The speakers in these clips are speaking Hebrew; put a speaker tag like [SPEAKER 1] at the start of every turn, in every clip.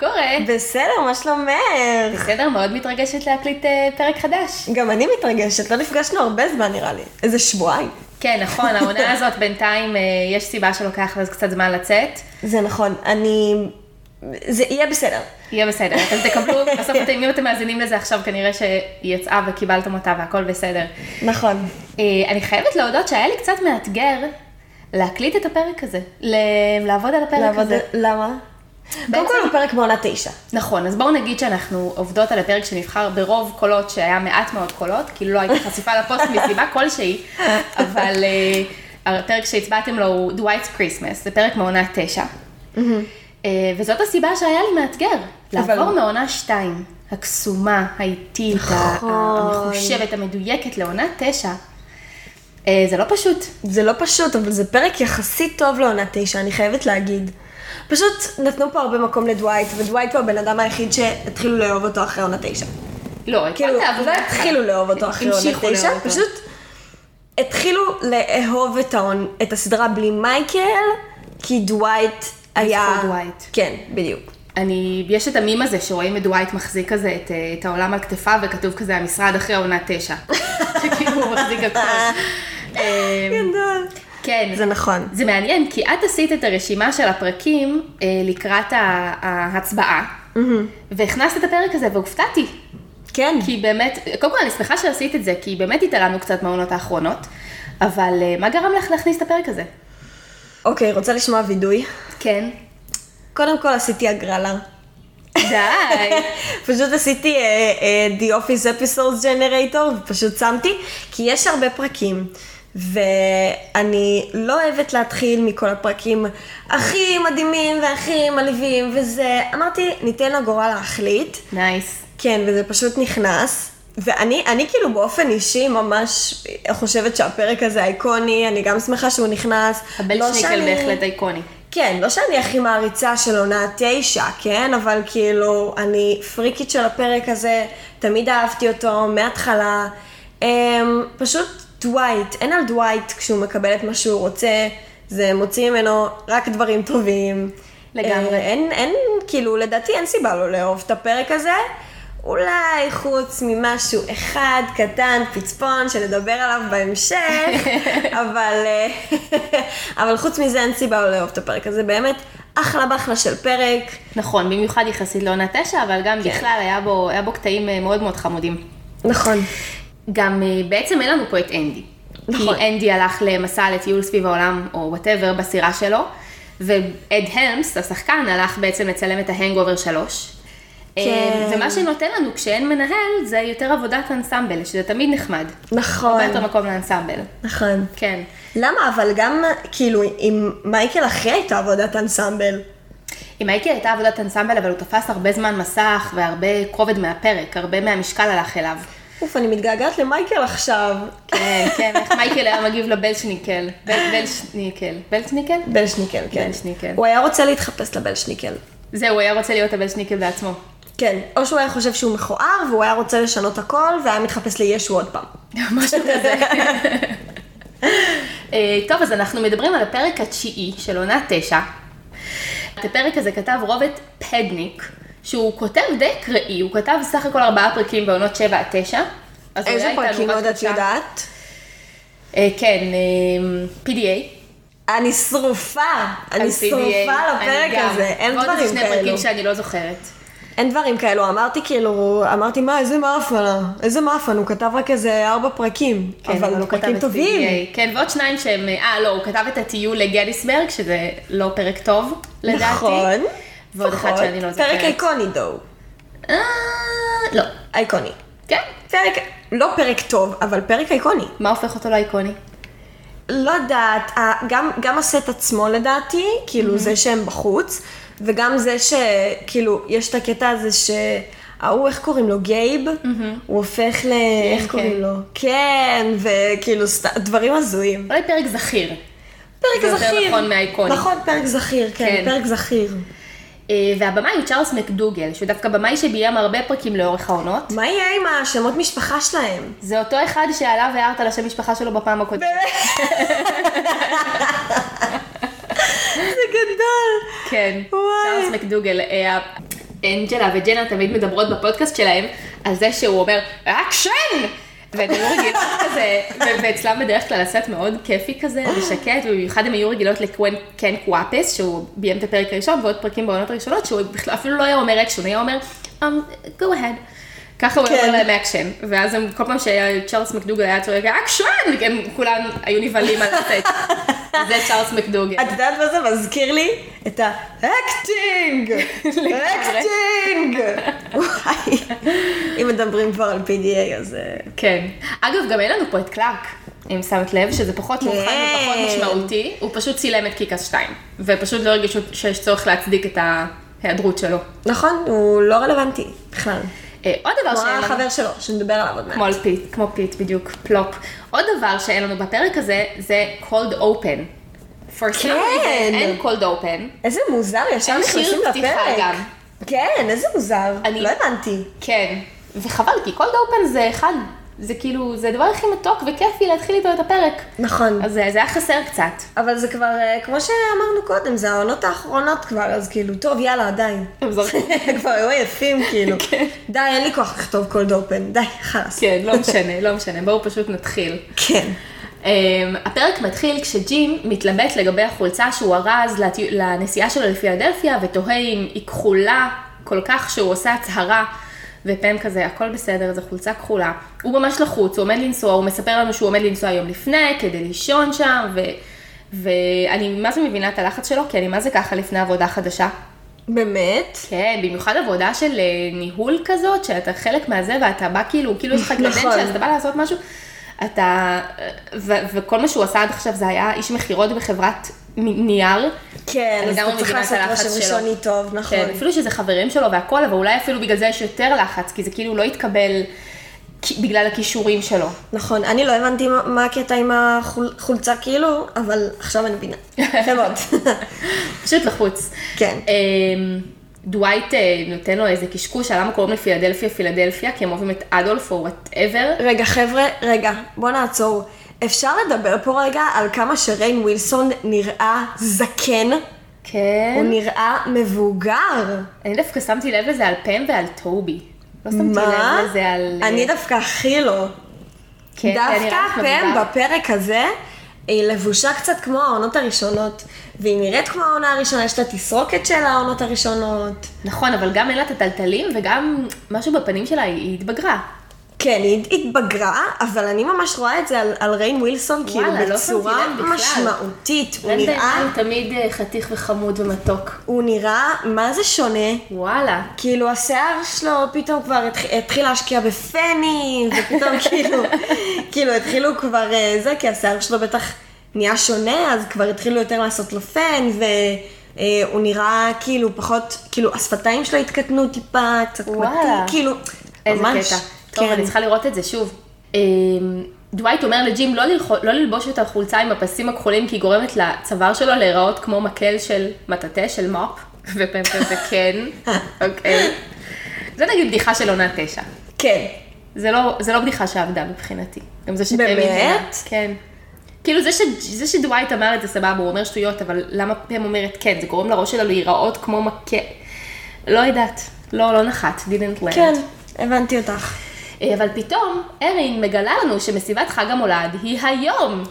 [SPEAKER 1] קורה?
[SPEAKER 2] בסדר, מה שלומך?
[SPEAKER 1] בסדר, מאוד מתרגשת להקליט אה, פרק חדש.
[SPEAKER 2] גם אני מתרגשת, לא נפגשנו הרבה זמן נראה לי. איזה שבועיים.
[SPEAKER 1] כן, נכון, העונה הזאת בינתיים, אה, יש סיבה שלוקח לזה קצת זמן לצאת.
[SPEAKER 2] זה נכון, אני... זה יהיה בסדר.
[SPEAKER 1] יהיה בסדר, אתם תקבלו, בסוף אתם, אם אתם מאזינים לזה עכשיו, כנראה שהיא יצאה וקיבלתם אותה והכל בסדר.
[SPEAKER 2] נכון.
[SPEAKER 1] אה, אני חייבת להודות שהיה לי קצת מאתגר להקליט את הפרק הזה, ל- לעבוד על הפרק
[SPEAKER 2] לעבוד...
[SPEAKER 1] הזה.
[SPEAKER 2] למה? קודם כל הוא פרק בעונה תשע.
[SPEAKER 1] נכון, אז בואו נגיד שאנחנו עובדות על הפרק שנבחר ברוב קולות, שהיה מעט מאוד קולות, כי לא הייתה חשיפה לפוסט מסיבה כלשהי, אבל uh, הפרק שהצבעתם לו הוא Dwight's Christmas, זה פרק מעונה תשע. uh, וזאת הסיבה שהיה לי מאתגר,
[SPEAKER 2] אבל-
[SPEAKER 1] לעבור מעונה שתיים, הקסומה, האיטית, ה-
[SPEAKER 2] נכון.
[SPEAKER 1] המחושבת, המדויקת, לעונה תשע. Uh, זה לא פשוט.
[SPEAKER 2] זה לא פשוט, אבל זה פרק יחסית טוב לעונה תשע, אני חייבת להגיד. פשוט נתנו פה הרבה מקום לדווייט, ודווייט הוא הבן אדם היחיד שהתחילו לאהוב אותו אחרי עונה תשע.
[SPEAKER 1] לא,
[SPEAKER 2] כאילו,
[SPEAKER 1] התחלת, אבל
[SPEAKER 2] לא התחילו לאהוב אותו אחרי עונה
[SPEAKER 1] המשיכו
[SPEAKER 2] תשע,
[SPEAKER 1] לאהוב אותו.
[SPEAKER 2] פשוט התחילו לאהוב את, העונ... את הסדרה בלי מייקל, כי דווייט היה...
[SPEAKER 1] דווייט.
[SPEAKER 2] כן, בדיוק.
[SPEAKER 1] אני, יש את המים הזה שרואים את דווייט מחזיק כזה את, אה, את העולם על כתפיו וכתוב כזה המשרד אחרי עונה תשע. שכאילו הוא מחזיק הכל. אמ,
[SPEAKER 2] גדול.
[SPEAKER 1] כן.
[SPEAKER 2] זה נכון.
[SPEAKER 1] זה מעניין, כי את עשית את הרשימה של הפרקים אה, לקראת ה- ההצבעה,
[SPEAKER 2] Mm-hmm.
[SPEAKER 1] והכנסת את הפרק הזה והופתעתי.
[SPEAKER 2] כן.
[SPEAKER 1] כי באמת, קודם כל אני שמחה שעשית את זה, כי באמת התעלמנו קצת מהעונות האחרונות, אבל אה, מה גרם לך להכניס את הפרק הזה?
[SPEAKER 2] אוקיי, רוצה לשמוע וידוי?
[SPEAKER 1] כן.
[SPEAKER 2] קודם כל עשיתי הגרלה.
[SPEAKER 1] די.
[SPEAKER 2] פשוט עשיתי אה, אה, The Office Episodes Generator, ופשוט שמתי, כי יש הרבה פרקים, ואני לא אוהבת להתחיל מכל הפרקים הכי מדהימים והכי מלווים וזה. אמרתי, ניתן לגורל להחליט.
[SPEAKER 1] נייס.
[SPEAKER 2] כן, וזה פשוט נכנס. ואני אני כאילו באופן אישי ממש חושבת שהפרק הזה אייקוני, אני גם שמחה שהוא נכנס. לא
[SPEAKER 1] הבלשניקל
[SPEAKER 2] שאני-
[SPEAKER 1] כן בהחלט איקוני.
[SPEAKER 2] כן, לא שאני הכי מעריצה של עונה תשע, כן? אבל כאילו, אני פריקית של הפרק הזה, תמיד אהבתי אותו, מההתחלה. אמ, פשוט דווייט, אין על דווייט כשהוא מקבל את מה שהוא רוצה, זה מוציא ממנו רק דברים טובים.
[SPEAKER 1] לגמרי.
[SPEAKER 2] אה, אין, אין, כאילו, לדעתי אין סיבה לא לאהוב את הפרק הזה. אולי חוץ ממשהו אחד קטן, פצפון, שנדבר עליו בהמשך, אבל, אה, אבל חוץ מזה אין סיבה לא לאהוב את הפרק הזה, באמת אחלה בחלה של פרק.
[SPEAKER 1] נכון, במיוחד יחסית לעונה תשע,
[SPEAKER 2] כן.
[SPEAKER 1] אבל גם בכלל היה בו, היה בו קטעים אה, מאוד מאוד חמודים.
[SPEAKER 2] נכון.
[SPEAKER 1] גם אה, בעצם אין לנו פה את אנדי.
[SPEAKER 2] נכון.
[SPEAKER 1] כי אנדי הלך למסע לטיול סביב העולם, או וואטאבר, בסירה שלו, ואד הלמס, השחקן, הלך בעצם לצלם את ההנגובר שלוש. אה,
[SPEAKER 2] כן.
[SPEAKER 1] ומה שנותן לנו כשאין מנהל, זה יותר עבודת אנסמבל, שזה תמיד נחמד.
[SPEAKER 2] נכון.
[SPEAKER 1] הרבה יותר מקום לאנסמבל.
[SPEAKER 2] נכון.
[SPEAKER 1] כן.
[SPEAKER 2] למה? אבל גם, כאילו, עם מייקל אחי הייתה עבודת אנסמבל.
[SPEAKER 1] עם אייקי הייתה עבודת אנסמבל, אבל הוא תפס הרבה זמן מסך והרבה כובד מהפרק, הרבה מהמשקל הלך אליו.
[SPEAKER 2] אוף, אני מתגעגעת למייקל עכשיו.
[SPEAKER 1] כן, כן, איך מייקל היה מגיב לבלשניקל. בל- בלשניקל. בלשניקל?
[SPEAKER 2] בלשניקל, כן.
[SPEAKER 1] בלשניקל.
[SPEAKER 2] הוא היה רוצה להתחפש לבלשניקל.
[SPEAKER 1] זהו, הוא היה רוצה להיות הבלשניקל בעצמו.
[SPEAKER 2] כן, או שהוא היה חושב שהוא מכוער, והוא היה רוצה לשנות הכל, והיה מתחפש לישו עוד פעם.
[SPEAKER 1] משהו כזה. אה, טוב, אז אנחנו מדברים על הפרק התשיעי של עונה תשע. את הפרק הזה כתב רוברט פדניק, שהוא כותב די אקראי, הוא כתב סך הכל ארבעה פרקים בעונות שבע עד תשע. אז הוא
[SPEAKER 2] איזה
[SPEAKER 1] היה איתנו
[SPEAKER 2] פרקים
[SPEAKER 1] רק
[SPEAKER 2] עוד את
[SPEAKER 1] שלושה.
[SPEAKER 2] יודעת?
[SPEAKER 1] אה, כן, אה, PDA.
[SPEAKER 2] אני שרופה,
[SPEAKER 1] על
[SPEAKER 2] אני
[SPEAKER 1] PDA,
[SPEAKER 2] שרופה על הפרק
[SPEAKER 1] אני גם.
[SPEAKER 2] הזה, אין
[SPEAKER 1] ועוד איזה
[SPEAKER 2] דברים
[SPEAKER 1] שני פרקים
[SPEAKER 2] כאלו.
[SPEAKER 1] שאני לא זוכרת.
[SPEAKER 2] אין דברים כאלו, אמרתי כאילו, אמרתי מה, איזה מאפנה, איזה מאפן, הוא כתב רק איזה ארבע פרקים,
[SPEAKER 1] כן,
[SPEAKER 2] אבל הוא
[SPEAKER 1] כתב
[SPEAKER 2] פרקים
[SPEAKER 1] את
[SPEAKER 2] טובים.
[SPEAKER 1] PDA. כן, ועוד שניים שהם, אה, לא, הוא כתב את הטיול לגדיסברג, שזה לא פרק טוב, לדעתי.
[SPEAKER 2] נכון.
[SPEAKER 1] ועוד אחד שאני לא זוכרת.
[SPEAKER 2] פרק איקוני דו,
[SPEAKER 1] אה, לא.
[SPEAKER 2] אייקוני.
[SPEAKER 1] כן.
[SPEAKER 2] פרק, לא פרק טוב, אבל פרק איקוני.
[SPEAKER 1] מה הופך אותו לאיקוני?
[SPEAKER 2] לא יודעת, ה- גם, גם הסט עצמו לדעתי, כאילו mm-hmm. זה שהם בחוץ, וגם זה שכאילו, יש את הקטע הזה שההוא, איך קוראים לו? גייב? Mm-hmm. הוא הופך ל... איך קוראים
[SPEAKER 1] כן.
[SPEAKER 2] לו? כן, וכאילו, סת... דברים הזויים.
[SPEAKER 1] אולי פרק זכיר.
[SPEAKER 2] פרק
[SPEAKER 1] זה יותר
[SPEAKER 2] זכיר.
[SPEAKER 1] נכון מהאיקוני.
[SPEAKER 2] נכון, פרק זכיר, כן,
[SPEAKER 1] כן.
[SPEAKER 2] כן. פרק זכיר.
[SPEAKER 1] אה, והבמאי הוא צ'ארלס מקדוגל, שהוא דווקא במאי שביים הרבה פרקים לאורך העונות.
[SPEAKER 2] מה יהיה עם השמות משפחה שלהם?
[SPEAKER 1] זה אותו אחד שעליו הערת על השם משפחה שלו בפעם הקודמת.
[SPEAKER 2] זה גדול.
[SPEAKER 1] כן,
[SPEAKER 2] וואי.
[SPEAKER 1] צ'ארלס כן. מקדוגל. אה, אנג'לה וג'נה תמיד מדברות בפודקאסט שלהם על זה שהוא אומר, אקשן! והן היו רגילות כזה, אה, ו- ואצלם בדרך כלל הסט מאוד כיפי כזה, ושקט, ובמיוחד הן היו רגילות לקן קוואפס, שהוא ביים את הפרק הראשון, ועוד פרקים בעונות הראשונות, שהוא בכלל אפילו לא היה אומר אקשן, הוא היה אומר, um, go ahead. ככה הוא היה
[SPEAKER 2] כן.
[SPEAKER 1] אומר להם אקשן, ואז הם כל פעם שצ'ארלס מקדוגל היה צועק אקשן, הם כולם היו נבהלים על הסט. זה צ'ארלס מקדוגל.
[SPEAKER 2] את יודעת מה זה מזכיר לי? את האקטינג! אקטינג! וואי, אם מדברים כבר על PDA אז... אה,
[SPEAKER 1] כן. אגב, גם אין לנו פה את קלארק, אם שמת לב, שזה פחות מאוחר
[SPEAKER 2] כן.
[SPEAKER 1] ופחות משמעותי, הוא פשוט צילם את קיקס 2, ופשוט לא הרגישו שיש צורך להצדיק את ההיעדרות שלו.
[SPEAKER 2] נכון, הוא לא רלוונטי בכלל.
[SPEAKER 1] אה, עוד דבר
[SPEAKER 2] כמו
[SPEAKER 1] שאין לנו...
[SPEAKER 2] החבר שלו, שנדבר עליו עוד
[SPEAKER 1] כמו
[SPEAKER 2] מעט.
[SPEAKER 1] על פיט, כמו פיט בדיוק, פלופ. עוד דבר שאין לנו בפרק הזה, זה cold open. for some
[SPEAKER 2] כן.
[SPEAKER 1] reason אין cold open.
[SPEAKER 2] איזה מוזר, ישר
[SPEAKER 1] אין
[SPEAKER 2] נכנסים
[SPEAKER 1] שיר פתיחה
[SPEAKER 2] לפרק.
[SPEAKER 1] גם.
[SPEAKER 2] כן, איזה מוזר.
[SPEAKER 1] אני-
[SPEAKER 2] לא הבנתי.
[SPEAKER 1] כן, וחבל, כי cold open זה אחד, זה כאילו, זה הדבר הכי מתוק וכיפי להתחיל איתו את הפרק.
[SPEAKER 2] נכון.
[SPEAKER 1] אז אה, זה היה חסר קצת.
[SPEAKER 2] אבל זה כבר, אה, כמו שאמרנו קודם, זה העונות האחרונות כבר, אז כאילו, טוב, יאללה, די.
[SPEAKER 1] הם זרקו.
[SPEAKER 2] כבר היו עייפים, כאילו. די, אין לי כוח לכתוב קולד אופן, די, חלאס.
[SPEAKER 1] כן, לא משנה, לא משנה, בואו פשוט נתחיל.
[SPEAKER 2] כן.
[SPEAKER 1] Um, הפרק מתחיל כשג'ים מתלבט לגבי החולצה שהוא ארז לטי... לנסיעה שלו לפילדלפיה, ותוהה אם היא כחולה כל כך שהוא עושה הצהרה, ופן כזה, הכל בסדר, זו חולצה כחולה. הוא ממש לחוץ, הוא עומד לנסוע, הוא מספר לנו שהוא עומד לנסוע יום לפני, כדי לישון שם, ו... ואני מה זה מבינה את הלחץ שלו, כי אני מה זה ככה לפני עבודה חדשה.
[SPEAKER 2] באמת?
[SPEAKER 1] כן, במיוחד עבודה של אה, ניהול כזאת, שאתה חלק מהזה ואתה בא כאילו, כאילו יש לך
[SPEAKER 2] נכון.
[SPEAKER 1] קדנציה, אז אתה בא לעשות משהו, אתה, אה, ו- וכל מה שהוא עשה עד עכשיו זה היה איש מכירות בחברת מ- נייר.
[SPEAKER 2] כן,
[SPEAKER 1] אני
[SPEAKER 2] אז
[SPEAKER 1] גם
[SPEAKER 2] אתה צריך
[SPEAKER 1] מבינה את
[SPEAKER 2] לעשות
[SPEAKER 1] הלחץ
[SPEAKER 2] רושם
[SPEAKER 1] שלו.
[SPEAKER 2] ראשוני טוב, נכון.
[SPEAKER 1] כן, אפילו שזה חברים שלו והכל, אבל אולי אפילו בגלל זה יש יותר לחץ, כי זה כאילו לא התקבל כי- בגלל הכישורים שלו.
[SPEAKER 2] נכון, אני לא הבנתי מה- מה הקטע עם החולצה כאילו, אבל עכשיו אני מבינה. יפה מאוד.
[SPEAKER 1] פשוט לחוץ.
[SPEAKER 2] כן.
[SPEAKER 1] אמ, דווייט אה, נותן לו איזה קשקוש על למה קוראים לפילדלפיה פילדלפיה, כי הם אוהבים את אדולף או וואטאבר.
[SPEAKER 2] רגע, חבר'ה, רגע, בוא נעצור. אפשר לדבר פה רגע על כמה שריין ווילסון נראה זקן?
[SPEAKER 1] כן.
[SPEAKER 2] הוא נראה מבוגר.
[SPEAKER 1] אני דווקא שמתי לב לזה על פם ועל טובי. לא שמתי
[SPEAKER 2] מה?
[SPEAKER 1] לב לזה על... אה,
[SPEAKER 2] אני דווקא הכי לא.
[SPEAKER 1] כן, זה
[SPEAKER 2] דווקא
[SPEAKER 1] נראה לך
[SPEAKER 2] פם
[SPEAKER 1] מבוגר.
[SPEAKER 2] בפרק הזה, היא לבושה קצת כמו העונות הראשונות, והיא נראית כמו העונה הראשונה, יש לה תסרוקת של העונות הראשונות.
[SPEAKER 1] נכון, אבל גם אין לה את הטלטלים וגם משהו בפנים שלה, היא היא התבגרה.
[SPEAKER 2] כן, היא התבגרה, אבל אני ממש רואה את זה על, על ריין ווילסון, כאילו
[SPEAKER 1] וואלה, לא
[SPEAKER 2] בצורה
[SPEAKER 1] שמתי לב בכלל.
[SPEAKER 2] משמעותית. הוא
[SPEAKER 1] רנדה
[SPEAKER 2] נראה,
[SPEAKER 1] הוא תמיד אה, חתיך וחמוד ומתוק.
[SPEAKER 2] הוא נראה, מה זה שונה?
[SPEAKER 1] וואלה.
[SPEAKER 2] כאילו השיער שלו פתאום כבר התח- התחיל להשקיע בפנים, ופתאום כאילו, כאילו התחילו כבר אה, זה, כי השיער שלו בטח נהיה שונה, אז כבר התחילו יותר לעשות לו פן, והוא נראה כאילו פחות, כאילו השפתיים שלו התקטנו טיפה, קצת
[SPEAKER 1] וואלה.
[SPEAKER 2] מתאים, כאילו,
[SPEAKER 1] איזה
[SPEAKER 2] ממש,
[SPEAKER 1] קטע. טוב,
[SPEAKER 2] כן.
[SPEAKER 1] אני צריכה לראות את זה שוב. אמ, דווייט אומר לג'ים לא, ללחו- לא ללבוש את החולצה עם הפסים הכחולים, כי היא גורמת לצוואר שלו להיראות כמו מקל של מטאטה, של מופ, ופעם כזה כן, אוקיי. זה נגיד בדיחה של עונה תשע.
[SPEAKER 2] כן.
[SPEAKER 1] זה לא, זה לא בדיחה שעבדה מבחינתי. גם זה שפמי...
[SPEAKER 2] באמת?
[SPEAKER 1] הבינה. כן. כאילו זה, ש, זה שדווייט אמר את זה סבבה, הוא אומר שטויות, אבל למה פם אומרת כן? זה גורם לראש שלה להיראות כמו מכה. לא יודעת. לא, לא נחת, didn't land.
[SPEAKER 2] כן, הבנתי אותך.
[SPEAKER 1] אה, אבל פתאום, ארין מגלה לנו שמסיבת חג המולד היא היום.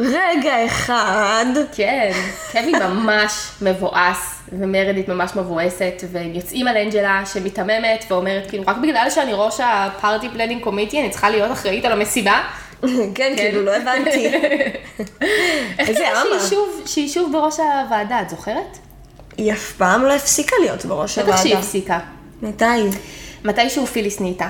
[SPEAKER 2] רגע אחד.
[SPEAKER 1] כן, קווי ממש מבואס, ומרדית ממש מבואסת, והם יוצאים על אנג'לה שמיתממת ואומרת, כאילו, רק בגלל שאני ראש הפארטי פלנינג קומיטי, אני צריכה להיות אחראית על המסיבה.
[SPEAKER 2] כן, כאילו, לא הבנתי.
[SPEAKER 1] איך
[SPEAKER 2] איזה
[SPEAKER 1] קרה
[SPEAKER 2] אמה.
[SPEAKER 1] שהיא שוב- שהיא שוב בראש הוועדה, את זוכרת?
[SPEAKER 2] היא אף פעם לא הפסיקה להיות בראש הוועדה.
[SPEAKER 1] בטח שהיא הפסיקה.
[SPEAKER 2] מתי?
[SPEAKER 1] מתישהו פיליס נהייתה.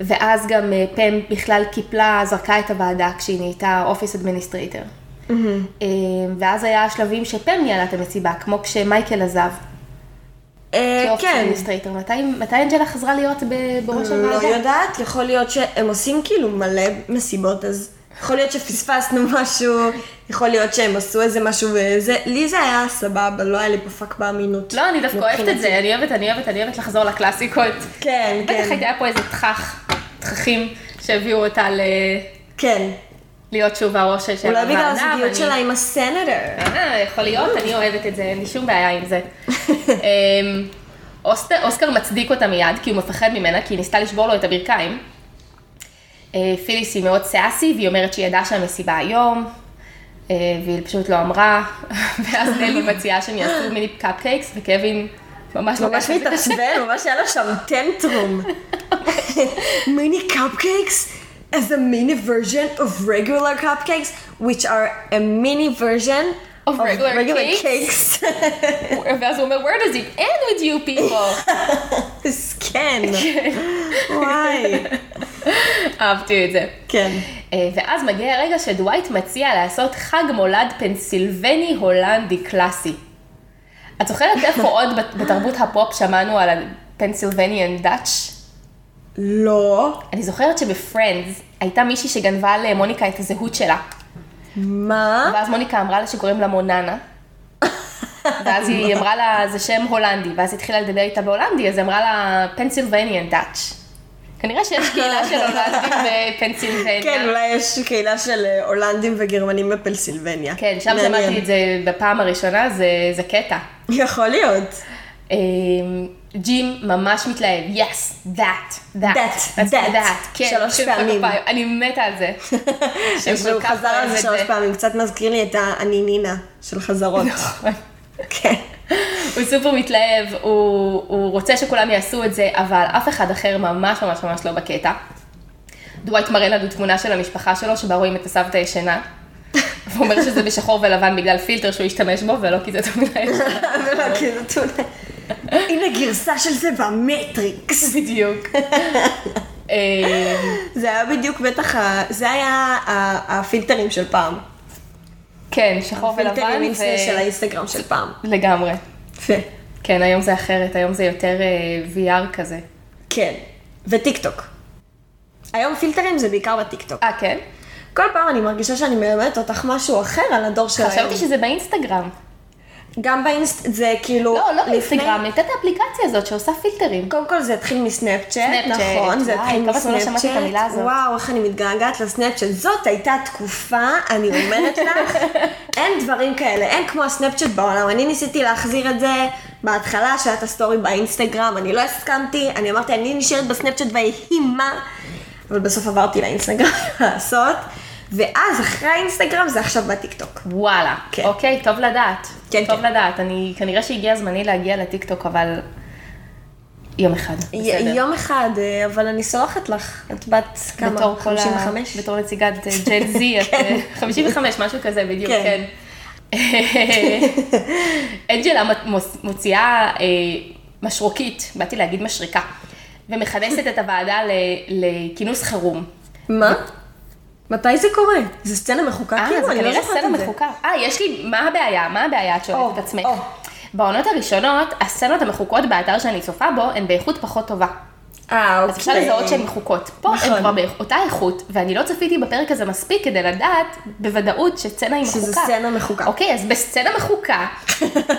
[SPEAKER 1] ואז גם אה, פם בכלל קיפלה, זרקה את הוועדה כשהיא נהייתה אופיס אדמיניסטרייטר.
[SPEAKER 2] Mm-hmm.
[SPEAKER 1] ואז היה השלבים שפם ניהלה את המסיבה, כמו כשמייקל עזב.
[SPEAKER 2] אה,
[SPEAKER 1] כאופיס
[SPEAKER 2] כן.
[SPEAKER 1] אדמיניסטרייטר. מתי- מתי אנג'לה חזרה להיות ב- בראש
[SPEAKER 2] לא
[SPEAKER 1] הוועדה?
[SPEAKER 2] יודעת, יכול להיות שהם עושים כאילו מלא מסיבות, אז יכול להיות שפספסנו משהו, יכול להיות שהם עשו איזה משהו וזה, לי זה היה סבבה, לא היה לי פה פאק באמינות.
[SPEAKER 1] לא, אני דווקא אוהבת את
[SPEAKER 2] מבחינתי.
[SPEAKER 1] זה, אני אוהבת, אני אוהבת, אני אוהבת לחזור לקלאסיקות.
[SPEAKER 2] כן,
[SPEAKER 1] בטח
[SPEAKER 2] כן,
[SPEAKER 1] הייתה פה איזה תכך, תככים שהביאו אותה ל...
[SPEAKER 2] כן.
[SPEAKER 1] להיות שוב הראש של
[SPEAKER 2] אולי בגלל
[SPEAKER 1] הוועדה,
[SPEAKER 2] הזוגיות
[SPEAKER 1] ואני-
[SPEAKER 2] שלה עם הסנטר.
[SPEAKER 1] אה, יכול להיות, אני אוהבת את זה, אין לי שום בעיה עם זה. אמ, אוסטר, אוסקר מצדיק אותה מיד, כי הוא מפחד ממנה, כי היא ניסתה לשבור לו את הברכיים. אה, פיליס היא מאוד סאסי, והיא אומרת שהיא ידעה שהמסיבה היום, אה, והיא פשוט לא אמרה, ואז נלי מציעה שהם יעשו מיני קפקייקס, וקווין ממש לא
[SPEAKER 2] ממש מתעצבן, ממש היה לו שם טנטרום. מיני קפקייקס? As a mini version of regular cupcakes, which are a mini version
[SPEAKER 1] Of regular
[SPEAKER 2] cakes.
[SPEAKER 1] ואז הוא אומר, where does it end with you people?
[SPEAKER 2] מסכן. כן.
[SPEAKER 1] כן.
[SPEAKER 2] וואי.
[SPEAKER 1] אהבתי את זה.
[SPEAKER 2] כן.
[SPEAKER 1] אה, ואז מגיע הרגע שדווייט מציע לעשות חג מולד פנסילבני הולנדי קלאסי. את זוכרת איפה עוד בת- בתרבות הפופ שמענו על הפנסילבניאן דאץ'?
[SPEAKER 2] לא.
[SPEAKER 1] אני זוכרת שבפרנדס הייתה מישהי שגנבה למוניקה את הזהות שלה,
[SPEAKER 2] מה?
[SPEAKER 1] ואז מוניקה אמרה לה שקוראים לה מוננה. ואז היא אמרה לה, זה שם הולנדי, ואז היא התחילה לדבר איתה בהולנדי, אז היא אמרה לה, פנסילבניאן דאץ'. כנראה שיש קהילה של הולנדים בפנסילבניה.
[SPEAKER 2] כן, אולי יש קהילה של אה, הולנדים וגרמנים בפנסילבניה.
[SPEAKER 1] כן, שם
[SPEAKER 2] מעניין.
[SPEAKER 1] שמעתי את זה בפעם הראשונה, זה, זה קטע.
[SPEAKER 2] יכול להיות.
[SPEAKER 1] אמ, ג'ים ממש מתלהב, yes, that, that,
[SPEAKER 2] That,
[SPEAKER 1] That's
[SPEAKER 2] that.
[SPEAKER 1] כן,
[SPEAKER 2] שלוש
[SPEAKER 1] שהוא ימחא
[SPEAKER 2] פעמים.
[SPEAKER 1] כפיים. אני מתה על זה. שהוא
[SPEAKER 2] שהוא
[SPEAKER 1] כל כך
[SPEAKER 2] חזר על
[SPEAKER 1] אוהב
[SPEAKER 2] זה
[SPEAKER 1] את
[SPEAKER 2] שלוש פעמים, קצת מזכיר לי את הנינינה של חזרות.
[SPEAKER 1] נכון.
[SPEAKER 2] כן.
[SPEAKER 1] הוא סופר מתלהב, הוא, הוא רוצה שכולם יעשו את זה, אבל אף אחד אחר ממש ממש ממש לא בקטע. דווייט מראה לנו תמונה של המשפחה שלו, שבה רואים את הסבתא ישנה. והוא אומר שזה בשחור ולבן בגלל פילטר שהוא השתמש בו, ולא כי זה תמונה ישנה.
[SPEAKER 2] ולא, כי זה תונה. הנה גרסה של זה במטריקס.
[SPEAKER 1] בדיוק. אמ,
[SPEAKER 2] זה היה בדיוק בטח, ה- זה היה ה- הפילטרים של פעם.
[SPEAKER 1] כן, שחור ולבן.
[SPEAKER 2] הפילטרים
[SPEAKER 1] ו-
[SPEAKER 2] של האינסטגרם של פעם.
[SPEAKER 1] לגמרי.
[SPEAKER 2] יפה.
[SPEAKER 1] כן, היום זה אחרת, היום זה יותר אה, VR כזה.
[SPEAKER 2] כן. וטיקטוק. היום פילטרים זה בעיקר בטיקטוק.
[SPEAKER 1] אה, כן?
[SPEAKER 2] כל פעם אני מרגישה שאני מלמדת אותך משהו אחר על הדור של היום.
[SPEAKER 1] חשבתי שזה באינסטגרם.
[SPEAKER 2] גם באינסט, זה כאילו...
[SPEAKER 1] לא, לא
[SPEAKER 2] לפני-
[SPEAKER 1] באינסטגרם, הייתה את האפליקציה הזאת שעושה פילטרים.
[SPEAKER 2] קודם כל זה התחיל מסנאפצ'אט,
[SPEAKER 1] סנאפצ'אט,
[SPEAKER 2] נכון, זה
[SPEAKER 1] וואי,
[SPEAKER 2] התחיל
[SPEAKER 1] כמה זמן לא
[SPEAKER 2] מסנאפצ'אט,
[SPEAKER 1] שמעתי את המילה הזאת.
[SPEAKER 2] וואו, איך אני מתגעגעת לסנאפצ'אט, זאת הייתה תקופה, אני אומרת לך, אין דברים כאלה, אין כמו הסנאפצ'אט בעולם, אני ניסיתי להחזיר את זה בהתחלה, שהיה את הסטורי באינסטגרם, אני לא הסכמתי, אני אמרתי, אני נשארת בסנאפצ'אט ויהי מה, אבל בסוף עברתי לאינסטגרם לעשות, ואז אחרי האינסטגרם זה עכשיו בטיקטוק.
[SPEAKER 1] וואלה.
[SPEAKER 2] כן.
[SPEAKER 1] אוקיי, טוב לדעת.
[SPEAKER 2] כן,
[SPEAKER 1] טוב
[SPEAKER 2] כן.
[SPEAKER 1] לדעת. אני, כנראה שהגיע זמני להגיע לטיקטוק, אבל יום אחד.
[SPEAKER 2] י-
[SPEAKER 1] בסדר.
[SPEAKER 2] יום אחד, אה, אבל אני סולחת לך, את בת כמה?
[SPEAKER 1] בתור כל ה-
[SPEAKER 2] 55?
[SPEAKER 1] בתור נציגת ג'ן זי, את אה, 55, משהו כזה, בדיוק,
[SPEAKER 2] כן.
[SPEAKER 1] כן. אנג'לה מוס- מוציאה אה, משרוקית, באתי להגיד משריקה, ומכנסת את הוועדה ל- לכינוס חירום.
[SPEAKER 2] מה? מתי זה קורה? זה סצנה מחוקה
[SPEAKER 1] אה,
[SPEAKER 2] כאילו?
[SPEAKER 1] זה
[SPEAKER 2] אני לא
[SPEAKER 1] כנראה
[SPEAKER 2] זוכרת
[SPEAKER 1] סצנה
[SPEAKER 2] את זה.
[SPEAKER 1] מחוקה. אה, יש לי, מה הבעיה? מה הבעיה? את
[SPEAKER 2] או,
[SPEAKER 1] שואלת את עצמך.
[SPEAKER 2] או.
[SPEAKER 1] בעונות הראשונות, הסצנות המחוקות באתר שאני צופה בו, הן באיכות פחות טובה.
[SPEAKER 2] אה, אוקיי.
[SPEAKER 1] אז אפשר לזהות שהן מחוקות. פה הן
[SPEAKER 2] נכון.
[SPEAKER 1] כבר באותה איכות, ואני לא צפיתי בפרק הזה מספיק כדי לדעת בוודאות שסצנה היא מחוקה.
[SPEAKER 2] שזה סצנה מחוקה.
[SPEAKER 1] אוקיי, אז בסצנה מחוקה,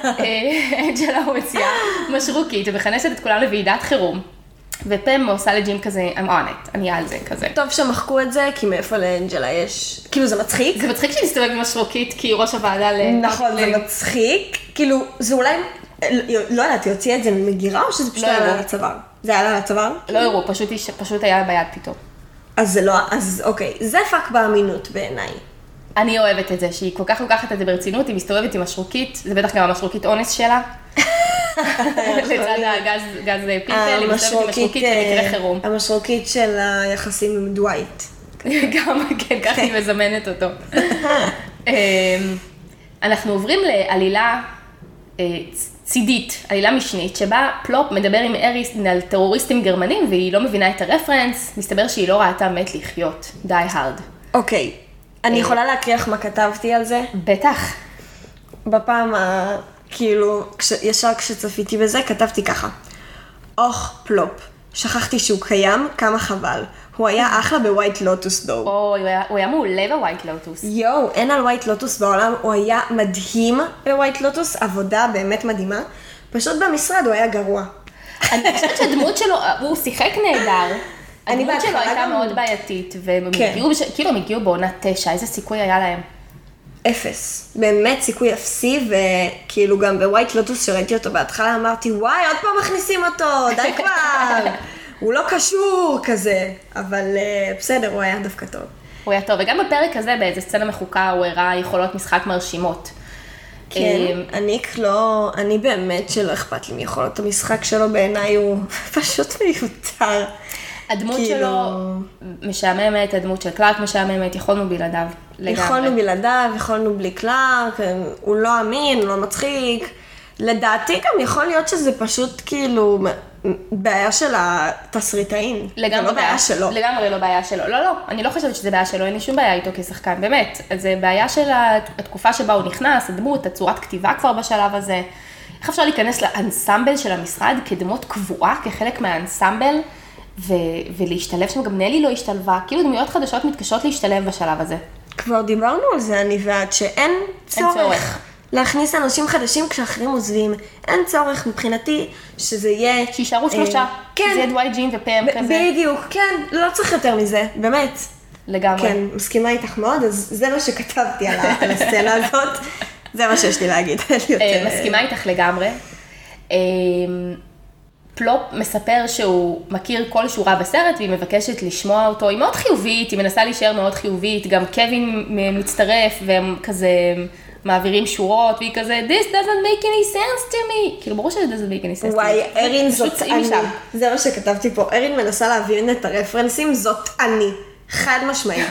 [SPEAKER 1] אה, אנג'לה מוציאה משרוקית ומכנסת את כולם לוועידת חירום. ופם עושה לג'ים כזה, I'm on it, אני על זה כזה.
[SPEAKER 2] אוקיי, טוב שמחקו את זה, כי מאיפה לאנג'לה יש... כאילו, זה מצחיק.
[SPEAKER 1] זה מצחיק שהיא מסתובבת עם משרוקית, כי היא ראש הוועדה ל...
[SPEAKER 2] נכון, זה
[SPEAKER 1] ל-
[SPEAKER 2] מצחיק. כאילו, זה אולי... לא יודעת, היא הוציאה את זה ממגירה, או שזה פשוט
[SPEAKER 1] לא
[SPEAKER 2] היה לה על
[SPEAKER 1] יודעת.
[SPEAKER 2] הצוואר? זה היה לה על הצוואר?
[SPEAKER 1] לא הראו, פשוט, איש- פשוט היה ביד פתאום.
[SPEAKER 2] אז זה לא... אז אוקיי. זה פאק באמינות בעיניי.
[SPEAKER 1] אני אוהבת את זה, שהיא כל כך לוקחת את זה ברצינות, היא מסתובבת עם משרוקית, זה בטח גם המשרוקית אונס שלה. לצד הגז גז פלפל, היא מסתובבת עם משרוקית
[SPEAKER 2] אה,
[SPEAKER 1] במקרה חירום.
[SPEAKER 2] המשרוקית של היחסים עם דווייט.
[SPEAKER 1] גם, כן, ככה היא מזמנת אותו. אמ, אנחנו עוברים לעלילה אה, צ- צידית, עלילה משנית, שבה פלופ מדבר עם אריס על טרוריסטים גרמנים, והיא לא מבינה את הרפרנס, מסתבר שהיא לא ראתה מת לחיות, די הארד.
[SPEAKER 2] אוקיי.
[SPEAKER 1] אה.
[SPEAKER 2] אני יכולה להקריא לך מה כתבתי על זה?
[SPEAKER 1] בטח.
[SPEAKER 2] בפעם ה... כאילו, כש... ישר כשצפיתי בזה, כתבתי ככה. אוח, פלופ. שכחתי שהוא קיים, כמה חבל. הוא היה אחלה בווייט לוטוס דו.
[SPEAKER 1] אוי, הוא היה- הוא היה מעולה בווייט לוטוס.
[SPEAKER 2] יואו, אין על ווייט לוטוס בעולם, הוא היה מדהים בווייט לוטוס, עבודה באמת מדהימה. פשוט במשרד הוא היה גרוע.
[SPEAKER 1] אני חושבת שהדמות שלו, הוא שיחק נהדר.
[SPEAKER 2] אני
[SPEAKER 1] הדמות שלו
[SPEAKER 2] בהתחלה
[SPEAKER 1] הייתה
[SPEAKER 2] גם-
[SPEAKER 1] מאוד בעייתית, והם
[SPEAKER 2] כן.
[SPEAKER 1] הגיעו, בש- כאילו הם הגיעו בעונה תשע, איזה סיכוי היה להם?
[SPEAKER 2] אפס. באמת סיכוי אפסי, וכאילו גם בווייט לוטוס שראיתי אותו בהתחלה אמרתי, וואי, עוד פעם מכניסים אותו, די כבר, הוא לא קשור כזה, אבל אה, בסדר, הוא היה דווקא טוב.
[SPEAKER 1] הוא היה טוב, וגם בפרק הזה באיזה סצנה מחוקה הוא הראה יכולות משחק מרשימות. אמ,
[SPEAKER 2] כן, הניק לא, אני באמת שלא אכפת לי מיכולות המשחק שלו, בעיניי הוא פשוט מיותר.
[SPEAKER 1] הדמות
[SPEAKER 2] כאילו-
[SPEAKER 1] שלו משעממת, הדמות של קלארק משעממת, יכולנו בלעדיו.
[SPEAKER 2] יכולנו
[SPEAKER 1] לגמרי.
[SPEAKER 2] בלעדיו, יכולנו בלי קלארק, הוא לא אמין, הוא לא מצחיק. לדעתי גם יכול להיות שזה פשוט כאילו מ- בעיה של התסריטאים. זה
[SPEAKER 1] לגמרי
[SPEAKER 2] לא בעיה
[SPEAKER 1] בעיה-
[SPEAKER 2] שלו.
[SPEAKER 1] לגמרי לא בעיה שלו. לא, לא, אני לא חושבת שזה בעיה שלו, אין לי שום בעיה איתו כשחקן, באמת. אז זה בעיה של הת- התקופה שבה הוא נכנס, הדמות, הצורת כתיבה כבר בשלב הזה. איך אפשר להיכנס לאנסמבל של המשרד כדמות קבועה, כחלק מהאנסמבל, ו- ולהשתלב שם? גם נלי לא השתלבה. כאילו דמויות חדשות מתקשות להשתלב בשלב הזה.
[SPEAKER 2] כבר דיברנו על זה, אני ואת, שאין צורך,
[SPEAKER 1] צורך.
[SPEAKER 2] להכניס אנשים חדשים כשאחרים עוזבים. אין צורך מבחינתי שזה יהיה...
[SPEAKER 1] שיישארו
[SPEAKER 2] אה,
[SPEAKER 1] שלושה.
[SPEAKER 2] כן.
[SPEAKER 1] זה יהיה דווי ג'ין ופאם
[SPEAKER 2] ב-
[SPEAKER 1] כזה.
[SPEAKER 2] בדיוק, כן, לא צריך יותר מזה, באמת.
[SPEAKER 1] לגמרי.
[SPEAKER 2] כן, מסכימה איתך מאוד, אז זה מה שכתבתי על ה- על הסצנה הזאת. זה מה שיש לי להגיד, אין לי
[SPEAKER 1] אה,
[SPEAKER 2] יותר...
[SPEAKER 1] מסכימה איתך לגמרי. אה, פלופ מספר שהוא מכיר כל שורה בסרט והיא מבקשת לשמוע אותו, היא מאוד חיובית, היא מנסה להישאר מאוד חיובית, גם קווין מ- מצטרף והם כזה מעבירים שורות והיא כזה This doesn't make any sense to me, כאילו ברור שזה doesn't make any sense to me.
[SPEAKER 2] וואי, ארין
[SPEAKER 1] פשוט
[SPEAKER 2] זאת
[SPEAKER 1] היא
[SPEAKER 2] אני.
[SPEAKER 1] משם.
[SPEAKER 2] זה מה שכתבתי פה. ארין מנסה להבין את הרפרנסים, זאת אני. חד משמעית.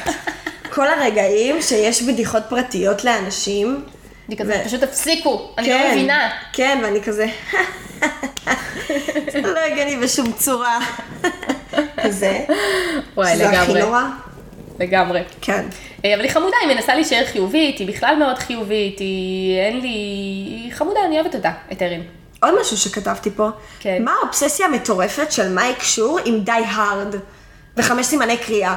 [SPEAKER 2] כל הרגעים שיש בדיחות פרטיות לאנשים.
[SPEAKER 1] היא כזה
[SPEAKER 2] ו-
[SPEAKER 1] פשוט תפסיקו, אני לא מבינה.
[SPEAKER 2] כן, ואני כזה... זה לא הגיוני בשום צורה. כזה.
[SPEAKER 1] וואי,
[SPEAKER 2] שזה הכי
[SPEAKER 1] לגמרי.
[SPEAKER 2] נורא.
[SPEAKER 1] לגמרי.
[SPEAKER 2] כן.
[SPEAKER 1] אה, אבל היא חמודה, היא מנסה להישאר חיובית, היא בכלל מאוד חיובית, היא אין לי... היא חמודה, אני אוהבת אותה, את ארין.
[SPEAKER 2] עוד משהו שכתבתי פה,
[SPEAKER 1] כן.
[SPEAKER 2] מה האובססיה המטורפת של מייק שור עם די הארד וחמש סימני קריאה?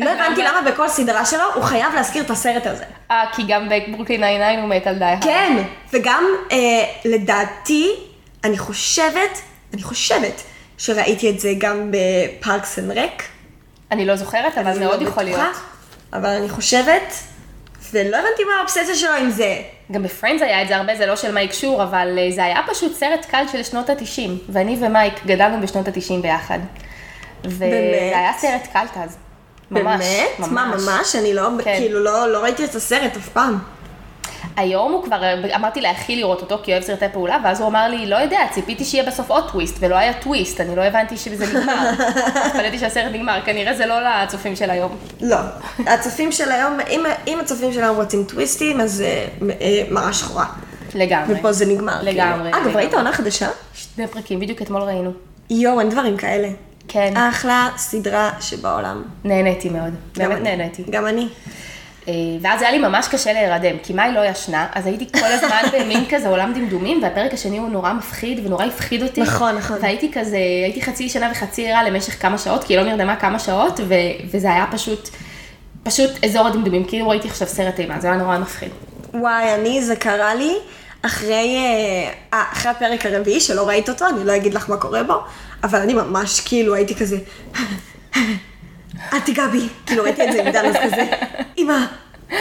[SPEAKER 2] לא
[SPEAKER 1] למה?
[SPEAKER 2] הבנתי למה בכל סדרה שלו הוא חייב להזכיר את הסרט הזה.
[SPEAKER 1] אה, כי גם בברוקלין 99 הוא מת על די הארד.
[SPEAKER 2] כן, וגם אה, לדעתי, אני חושבת, אני חושבת שראיתי את זה גם בפארקס אנד רק.
[SPEAKER 1] אני לא זוכרת, אבל מאוד יכול להיות.
[SPEAKER 2] אבל אני חושבת, ולא הבנתי מה האובססיה שלו עם זה.
[SPEAKER 1] גם בפרנדס היה את זה הרבה, זה לא של מייק שור, אבל אה, זה היה פשוט סרט קל של שנות ה-90, ואני ומייק גדלנו בשנות ה-90 ביחד.
[SPEAKER 2] באמת?
[SPEAKER 1] וזה היה סרט קלט אז. ממש,
[SPEAKER 2] באמת? מה, ממש? אני לא,
[SPEAKER 1] כן.
[SPEAKER 2] כאילו, לא, לא ראיתי את הסרט אף פעם.
[SPEAKER 1] היום הוא כבר, אה, אמרתי לאחי לראות אותו כי אוהב סרטי פעולה, ואז הוא אמר לי, לא יודע, ציפיתי שיהיה בסוף עוד טוויסט, ולא היה טוויסט, אני לא הבנתי שזה נגמר. התפלאתי שהסרט נגמר, כנראה זה לא לצופים של היום.
[SPEAKER 2] לא. הצופים של היום, אם, אם הצופים של היום רוצים טוויסטים, אז אה, אה, מראה שחורה.
[SPEAKER 1] לגמרי.
[SPEAKER 2] ופה זה נגמר.
[SPEAKER 1] לגמרי.
[SPEAKER 2] כאילו. אגב,
[SPEAKER 1] לגמרי.
[SPEAKER 2] ראית עונה חדשה?
[SPEAKER 1] שני פרקים, בדיוק אתמול ראינו.
[SPEAKER 2] יואו, אין דברים כאלה.
[SPEAKER 1] כן.
[SPEAKER 2] אחלה סדרה שבעולם.
[SPEAKER 1] נהניתי מאוד,
[SPEAKER 2] גם
[SPEAKER 1] באמת
[SPEAKER 2] אני.
[SPEAKER 1] נהניתי.
[SPEAKER 2] גם אני.
[SPEAKER 1] אה, ואז היה לי ממש קשה להירדם, כי מאי לא ישנה, אז הייתי כל הזמן במין כזה עולם דמדומים, והפרק השני הוא נורא מפחיד ונורא הפחיד אותי.
[SPEAKER 2] נכון, נכון.
[SPEAKER 1] והייתי כזה, הייתי חצי שנה וחצי ערה למשך כמה שעות, כי היא לא נרדמה כמה שעות, ו- וזה היה פשוט, פשוט אזור הדמדומים, כאילו ראיתי עכשיו סרט אימה, זה היה נורא מפחיד.
[SPEAKER 2] וואי, אני, זה קרה לי אחרי, אה, אה, אחרי הפרק הרביעי, שלא ראית אותו, אני לא אגיד לך מה קורה בו, אבל אני ממש כאילו הייתי כזה, אל תיגע בי. כאילו ראיתי את זה עם דנה כזה, אמא.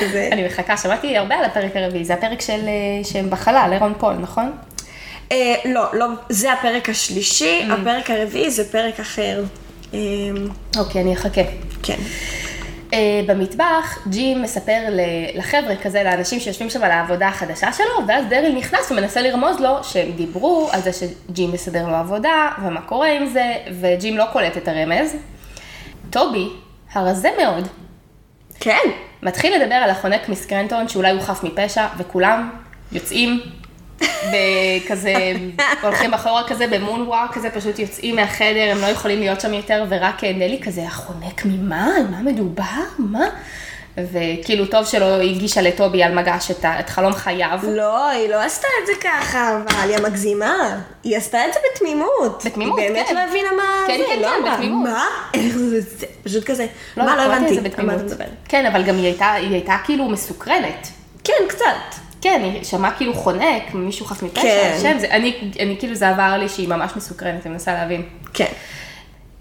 [SPEAKER 2] כזה.
[SPEAKER 1] אני מחכה, שמעתי הרבה על הפרק הרביעי, זה הפרק של, אה, שהם בחלל, אירון פול, נכון?
[SPEAKER 2] אה, לא, לא, זה הפרק השלישי,
[SPEAKER 1] Mm.
[SPEAKER 2] הפרק הרביעי זה פרק אחר. אה,
[SPEAKER 1] אוקיי, אני אחכה.
[SPEAKER 2] כן.
[SPEAKER 1] אה, במטבח, ג'ים מספר ל- לחבר'ה כזה, לאנשים שיושבים שם על העבודה החדשה שלו, ואז דריל נכנס ומנסה לרמוז לו שהם דיברו על זה שג'ים מסדר לו עבודה, ומה קורה עם זה, וג'ים לא קולט את הרמז. טובי, הרזה מאוד,
[SPEAKER 2] כן.
[SPEAKER 1] מתחיל לדבר על החונק מסקרנטון, שאולי הוא חף מפשע, וכולם יוצאים. וכזה, הולכים אחורה כזה במונוואק כזה, פשוט יוצאים מהחדר, הם לא יכולים להיות שם יותר, ורק אה, נלי כזה, החונק ממה? על מה מדובר? מה? וכאילו, טוב שלא הגישה לטובי על מגש את, ה- את חלום חייו.
[SPEAKER 2] לא, היא לא עשתה את זה ככה, אבל היא המגזימה. היא עשתה את זה בתמימות.
[SPEAKER 1] בתמימות,
[SPEAKER 2] היא באמת
[SPEAKER 1] כן.
[SPEAKER 2] לא הבינה מה
[SPEAKER 1] כן,
[SPEAKER 2] זה,
[SPEAKER 1] כן,
[SPEAKER 2] לא
[SPEAKER 1] כן,
[SPEAKER 2] יודעת.
[SPEAKER 1] בתמימות.
[SPEAKER 2] מה? איך זה, זה פשוט כזה, מה, לא
[SPEAKER 1] קראתי על
[SPEAKER 2] הבנתי.
[SPEAKER 1] זה
[SPEAKER 2] על מה
[SPEAKER 1] בתמימות.
[SPEAKER 2] אתה מדבר?
[SPEAKER 1] כן, אבל גם היא הייתה, היא הייתה כאילו מסוקרנת.
[SPEAKER 2] כן, קצת.
[SPEAKER 1] כן, היא שמעה כאילו חונק, מישהו חף מפשע,
[SPEAKER 2] כן.
[SPEAKER 1] השם, זה, אני, אני כאילו, זה עבר לי שהיא ממש מסוקרנת, אני מנסה להבין.
[SPEAKER 2] כן.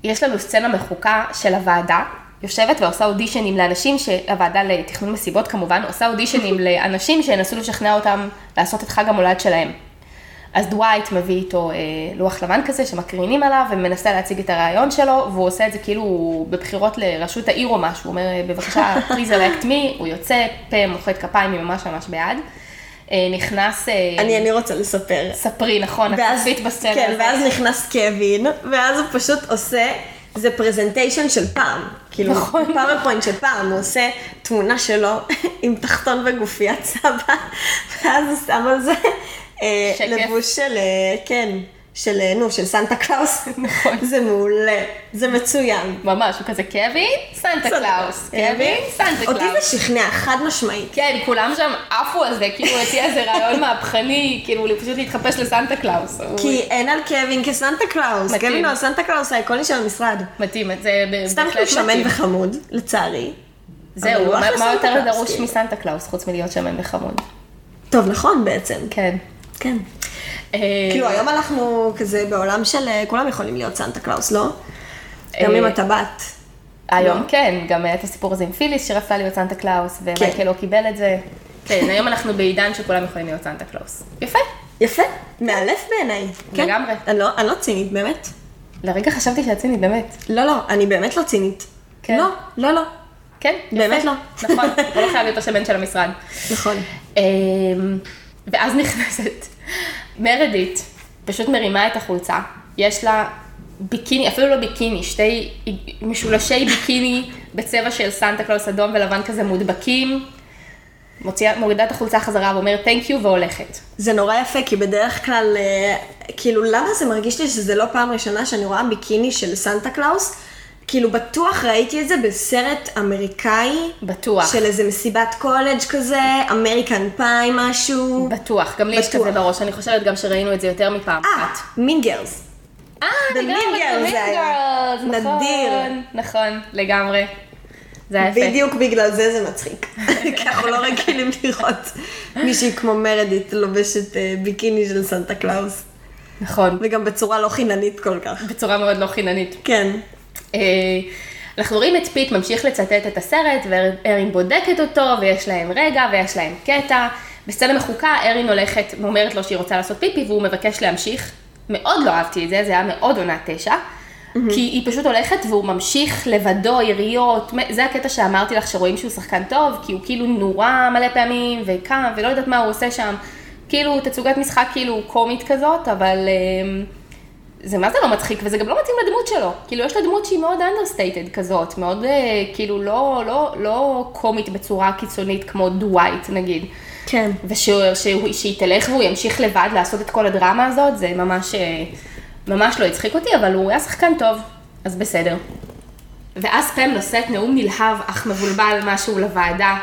[SPEAKER 1] יש לנו סצנה מחוקה של הוועדה, יושבת ועושה אודישנים לאנשים, שהוועדה לתכנון מסיבות כמובן, עושה אודישנים לאנשים שינסו לשכנע אותם לעשות את חג המולד שלהם. אז דווייט מביא איתו אה, לוח לבן כזה שמקרינים עליו ומנסה להציג את הרעיון שלו, והוא עושה את זה כאילו בבחירות לראשות העיר או משהו, הוא אומר "אה, בבקשה, please elect me, הוא יוצא, פה מוחאת כפיים עם ממש ממש בעד. אה, נכנס, אה,
[SPEAKER 2] אני, אני רוצה לספר.
[SPEAKER 1] ספרי נכון, את צפית בסצנה
[SPEAKER 2] כן,
[SPEAKER 1] הזאת.
[SPEAKER 2] ואז נכנס קווין, ואז הוא פשוט עושה, זה פרזנטיישן של פעם. כאילו,
[SPEAKER 1] נכון.
[SPEAKER 2] פאורפוינט של פעם, הוא עושה תמונה שלו עם תחתון וגופיית סבא, ואז הוא שם על זה אה,
[SPEAKER 1] שקף.
[SPEAKER 2] לבוש של, אה, כן, של, אה, נו, של סנטה קלאוס.
[SPEAKER 1] נכון.
[SPEAKER 2] זה מעולה, זה מצוין. אה,
[SPEAKER 1] ממש, הוא כזה קווין, סנטה קלאוס, קווין, סנטה קלאוס.
[SPEAKER 2] אותי זה שכנע, חד משמעית.
[SPEAKER 1] כן, כולם שם עפו על זה, כאילו הוא הציע איזה רעיון מהפכני, כאילו פשוט להתחפש לסנטה קלאוס. הוא-
[SPEAKER 2] כי אין על קווין כסנטה קלאוס.
[SPEAKER 1] מתאים.
[SPEAKER 2] קווין הוא הסנטה קלאוס האיקוני של המשרד.
[SPEAKER 1] מתאים, את זה ב- בהחלט מתאים.
[SPEAKER 2] סתם כי הוא שמן וחמוד, לצערי. אבל
[SPEAKER 1] זהו,
[SPEAKER 2] הוא
[SPEAKER 1] מה
[SPEAKER 2] אחלה
[SPEAKER 1] מה
[SPEAKER 2] סנטה
[SPEAKER 1] יותר
[SPEAKER 2] קלאוס,
[SPEAKER 1] דרוש
[SPEAKER 2] כאילו.
[SPEAKER 1] מסנטה קלאוס, חוץ מלהיות שמן וחמוד?
[SPEAKER 2] טוב, נכון בעצם.
[SPEAKER 1] כן.
[SPEAKER 2] כן.
[SPEAKER 1] אה,
[SPEAKER 2] כאילו, היום אנחנו כזה בעולם של אה, כולם יכולים להיות סנטה קלאוס, לא? גם
[SPEAKER 1] אה,
[SPEAKER 2] אם אתה בת.
[SPEAKER 1] היום כן, גם היה את הסיפור הזה עם פיליס שרצה להיות סנטה קלאוס, ומייקל
[SPEAKER 2] כן.
[SPEAKER 1] לא קיבל את זה. כן, היום אנחנו בעידן שכולם יכולים להיות סנטה קלאוס. יפה.
[SPEAKER 2] יפה, מאלף בעיניי. כן.
[SPEAKER 1] לגמרי.
[SPEAKER 2] אני לא- אני לא צינית, באמת.
[SPEAKER 1] לרגע חשבתי שאת צינית, באמת.
[SPEAKER 2] לא, לא, אני באמת לא צינית.
[SPEAKER 1] כן.
[SPEAKER 2] לא, לא, לא.
[SPEAKER 1] כן, יפה.
[SPEAKER 2] באמת לא.
[SPEAKER 1] נכון, הוא לא חייב להיות השמן של המשרד.
[SPEAKER 2] נכון.
[SPEAKER 1] אמ, ואז נכנסת מרדית, פשוט מרימה את החולצה, יש לה ביקיני, אפילו לא ביקיני, שתי משולשי ביקיני בצבע של סנטה קלוס אדום ולבן כזה מודבקים, מוציאה, מורידה את החולצה חזרה ואומרת תנק יו והולכת.
[SPEAKER 2] זה נורא יפה, כי בדרך כלל, אה, כאילו, למה זה מרגיש לי שזה לא פעם ראשונה שאני רואה ביקיני של סנטה קלאוס? כאילו, בטוח ראיתי את זה בסרט אמריקאי.
[SPEAKER 1] בטוח.
[SPEAKER 2] של איזה מסיבת קולג' כזה, אמריקן פאי משהו.
[SPEAKER 1] בטוח, גם לי יש
[SPEAKER 2] בטוח.
[SPEAKER 1] כזה בראש, אני חושבת גם שראינו את זה יותר מפעם
[SPEAKER 2] אה,
[SPEAKER 1] אחת.
[SPEAKER 2] מין גרס.
[SPEAKER 1] אה,
[SPEAKER 2] The
[SPEAKER 1] לגמרי,
[SPEAKER 2] Mean
[SPEAKER 1] The
[SPEAKER 2] Girls
[SPEAKER 1] Mean
[SPEAKER 2] זה היה.
[SPEAKER 1] Girls, נכון,
[SPEAKER 2] נדיר.
[SPEAKER 1] נכון, לגמרי. זה היה יפה.
[SPEAKER 2] בדיוק בגלל זה זה מצחיק. כי אנחנו לא רגילים לראות מישהי כמו מרדית לובשת אה, ביקיני של סנטה קלאוס.
[SPEAKER 1] נכון,
[SPEAKER 2] וגם בצורה לא חיננית כל כך.
[SPEAKER 1] בצורה מאוד לא חיננית.
[SPEAKER 2] כן.
[SPEAKER 1] אה, אנחנו רואים את פיט ממשיך לצטט את הסרט, וארין בודקת אותו, ויש להם רגע, ויש להם קטע. בסצנה מחוקה, ארין הולכת ואומרת לו שהיא רוצה לעשות פיפי, והוא מבקש להמשיך. מאוד לא אהבתי את זה, זה היה מאוד עונה תשע. כי היא פשוט הולכת והוא ממשיך לבדו, יריות, מ- זה הקטע שאמרתי לך שרואים שהוא שחקן טוב, כי הוא כאילו נורה מלא פעמים, וקם, ולא יודעת מה הוא עושה שם. כאילו, תצוגת משחק כאילו קומית כזאת, אבל... אה, זה מה זה לא מצחיק, וזה גם לא מתאים לדמות שלו. כאילו, יש לה דמות שהיא מאוד understated כזאת, מאוד אה, כאילו לא, לא, לא קומית בצורה קיצונית כמו דווייט נגיד.
[SPEAKER 2] כן.
[SPEAKER 1] ושהוא- שהוא- שהיא תלך והוא ימשיך לבד לעשות את כל הדרמה הזאת, זה ממש, אה, ממש לא הצחיק אותי, אבל הוא היה שחקן טוב, אז בסדר. ואז פם נושאת נאום נלהב אך מבולבל משהו לוועדה,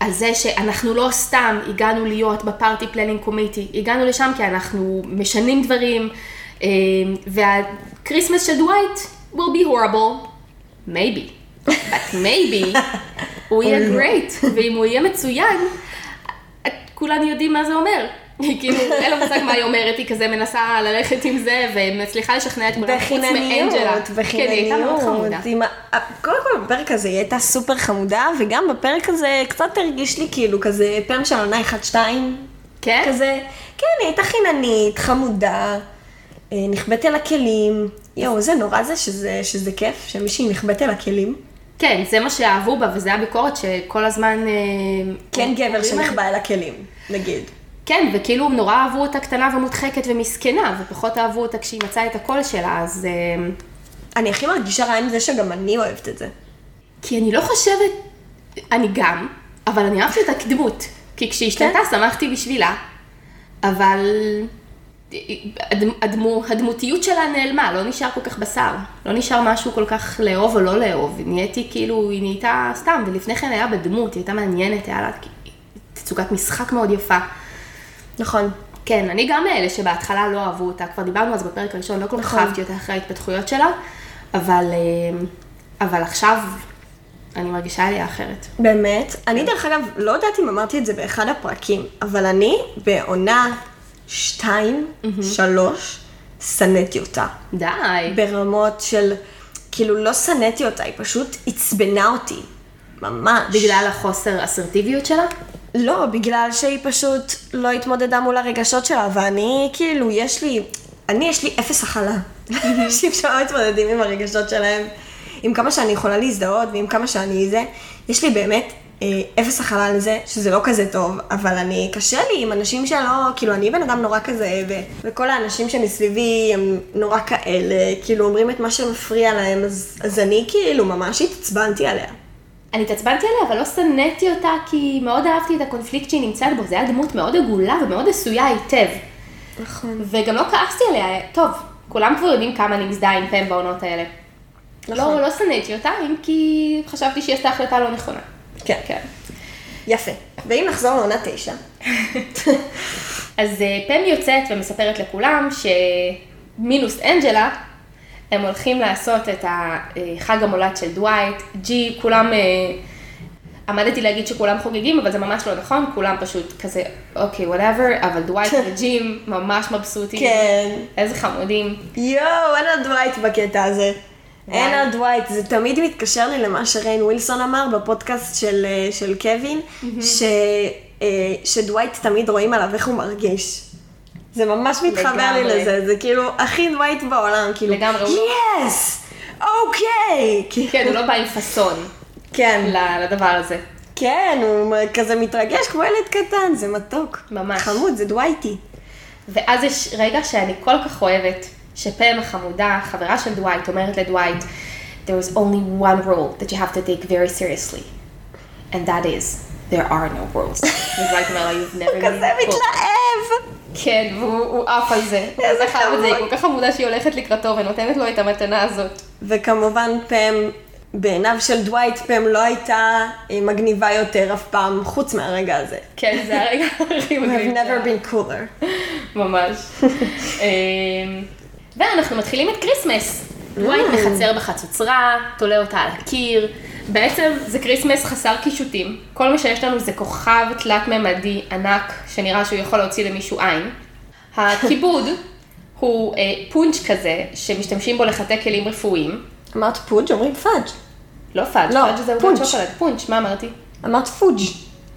[SPEAKER 1] על זה שאנחנו לא סתם הגענו להיות בפארטי פלנינג קומיטי, הגענו לשם כי אנחנו משנים דברים, אה, והכריסמס של דווייט will be horrible, maybe, but maybe הוא יהיה
[SPEAKER 2] לא.
[SPEAKER 1] great, ואם הוא יהיה מצוין, כולנו יודעים מה זה אומר. היא כאילו, אין לה מושג מה היא אומרת, היא כזה מנסה ללכת עם זה, ומצליחה לשכנע את כולם, חוץ
[SPEAKER 2] בחינניות,
[SPEAKER 1] מאנג'לה. כן, היא הייתה מאוד
[SPEAKER 2] בחינניות.
[SPEAKER 1] חמודה.
[SPEAKER 2] עם ה- קודם כל בפרק הזה היא הייתה סופר חמודה, וגם בפרק הזה קצת הרגיש לי כאילו כזה פעם של עונה 1-2.
[SPEAKER 1] כן?
[SPEAKER 2] כזה, כן, היא הייתה חיננית, חמודה, אה, נחבאת אל הכלים. יואו, זה נורא זה שזה, שזה כיף, שמישהי נחבאת אל הכלים.
[SPEAKER 1] כן, זה מה שאהבו בה, וזו הביקורת שכל הזמן... אה,
[SPEAKER 2] כן גבר
[SPEAKER 1] אומרים על-
[SPEAKER 2] שנחבא אל הכלים, נגיד.
[SPEAKER 1] כן, וכאילו הם נורא אהבו אותה קטנה ומודחקת ומסכנה, ופחות אהבו אותה כשהיא מצאה את הקול שלה, אז... אה,
[SPEAKER 2] אני הכי מרגישה רע עם זה שגם אני אוהבת את זה.
[SPEAKER 1] כי אני לא חושבת, אני גם, אבל אני אהבתי אותה כדמות. כי כשהיא השתנתה שמחתי בשבילה, אבל הדמ, הדמו, הדמותיות שלה נעלמה, לא נשאר כל כך בשר. לא נשאר משהו כל כך לאהוב או לא לאהוב. נהייתי כאילו, היא נהייתה סתם, ולפני כן היה בדמות, היא הייתה מעניינת, היה לה תצוגת משחק מאוד יפה.
[SPEAKER 2] נכון.
[SPEAKER 1] כן, אני גם מאלה שבהתחלה לא אהבו אותה, כבר דיברנו על זה בפרק הראשון, לא כל כך
[SPEAKER 2] נכון.
[SPEAKER 1] אהבתי אותה אחרי ההתפתחויות שלה, אבל, אמ, אבל עכשיו אני מרגישה עליה אחרת.
[SPEAKER 2] באמת? אני דרך אגב, לא יודעת אם אמרתי את זה באחד הפרקים, אבל אני בעונה 2, 3, שנאתי אותה.
[SPEAKER 1] די.
[SPEAKER 2] ברמות של, כאילו לא שנאתי אותה, היא פשוט עצבנה אותי. ממש.
[SPEAKER 1] בגלל החוסר אסרטיביות שלה?
[SPEAKER 2] לא, בגלל שהיא פשוט לא התמודדה מול הרגשות שלה, ואני כאילו, יש לי, אני יש לי אפס הכלה. אנשים שלא מתמודדים עם הרגשות שלהם, עם כמה שאני יכולה להזדהות ועם כמה שאני זה, יש לי באמת אה, אפס הכלה על זה, שזה לא כזה טוב, אבל אני, קשה לי עם אנשים שלא, כאילו, אני בן אדם נורא כזה, ו, וכל האנשים שמסביבי הם נורא כאלה, כאילו אומרים את מה שמפריע להם, אז, אז אני כאילו ממש התעצבנתי עליה.
[SPEAKER 1] אני התעצבנתי עליה, אבל לא שנאתי אותה, כי מאוד אהבתי את הקונפליקט שהיא נמצאת בו. זו הייתה דמות מאוד עגולה ומאוד עשויה היטב.
[SPEAKER 2] נכון.
[SPEAKER 1] וגם לא כעסתי עליה, טוב, כולם כבר יודעים כמה אני מזדהה עם פן בעונות האלה.
[SPEAKER 2] נכון.
[SPEAKER 1] לא, לא שנאתי אותה, אם כי חשבתי שהיא עשתה החלטה לא נכונה.
[SPEAKER 2] כן.
[SPEAKER 1] כן.
[SPEAKER 2] יפה. ואם נחזור לעונה תשע,
[SPEAKER 1] אז אה, פם יוצאת ומספרת לכולם שמינוס אנג'לה, הם הולכים לעשות את החג המולד של דווייט, ג'י, כולם, אה, עמדתי להגיד שכולם חוגגים, אבל זה ממש לא נכון, כולם פשוט כזה, אוקיי, וואטאבר, אבל דווייט וג'י הם ממש מבסוטים.
[SPEAKER 2] כן.
[SPEAKER 1] איזה חמודים.
[SPEAKER 2] יואו, אין על דווייט בקטע הזה.
[SPEAKER 1] וואי.
[SPEAKER 2] אין על דווייט, זה תמיד מתקשר לי למה שריין ווילסון אמר בפודקאסט של, אה, של קווין, ש, אה, שדווייט תמיד רואים עליו איך הוא מרגיש. זה ממש מתחבר לי
[SPEAKER 1] לגמרי.
[SPEAKER 2] לזה, זה כאילו הכי דווייט בעולם, כאילו,
[SPEAKER 1] לגמרי, הוא לא-
[SPEAKER 2] יס! אוקיי!
[SPEAKER 1] כן, הוא לא בא עם פאסון
[SPEAKER 2] כן,
[SPEAKER 1] ל- לדבר הזה.
[SPEAKER 2] כן, הוא כזה מתרגש כמו ילד קטן, זה מתוק.
[SPEAKER 1] ממש.
[SPEAKER 2] חמוד, זה דווייטי.
[SPEAKER 1] ואז יש רגע שאני כל כך אוהבת, שפם החמודה, חברה של דווייט, אומרת לדווייט, There is only one rule that you have to take very seriously, and that is, there are no rules. ודווייט אומר לה, you've never
[SPEAKER 2] הוא כזה
[SPEAKER 1] been booked."
[SPEAKER 2] מתלהב!
[SPEAKER 1] כן, והוא הוא עף על זה. הוא
[SPEAKER 2] איזה
[SPEAKER 1] כל כך אהב את זה, היא
[SPEAKER 2] חמוד.
[SPEAKER 1] כל כך חמודה שהיא הולכת לקראתו ונותנת לו את המתנה הזאת.
[SPEAKER 2] וכמובן פם, בעיניו של דווייט, פם לא הייתה אה, מגניבה יותר אף פעם, חוץ מהרגע הזה.
[SPEAKER 1] כן, זה הרגע הכי מגניב.
[SPEAKER 2] I've
[SPEAKER 1] שלה.
[SPEAKER 2] never been cooler.
[SPEAKER 1] ממש. אמ, ואנחנו מתחילים את כריסמס. דווייט
[SPEAKER 2] אה.
[SPEAKER 1] מחצר בחצוצרה, תולה אותה על הקיר. בעצם זה כריסמס חסר קישוטים. כל מה שיש לנו זה כוכב תלת-ממדי ענק, שנראה שהוא יכול להוציא למישהו עין. הכיבוד הוא אה, פונץ' כזה, שמשתמשים בו לחטא כלים רפואיים.
[SPEAKER 2] אמרת פודג' אומרים פאג'.
[SPEAKER 1] לא פאג',
[SPEAKER 2] לא,
[SPEAKER 1] פאג' זה עוגת
[SPEAKER 2] פונץ'.
[SPEAKER 1] שוקולד. פונץ', מה אמרתי?
[SPEAKER 2] אמרת פודג'.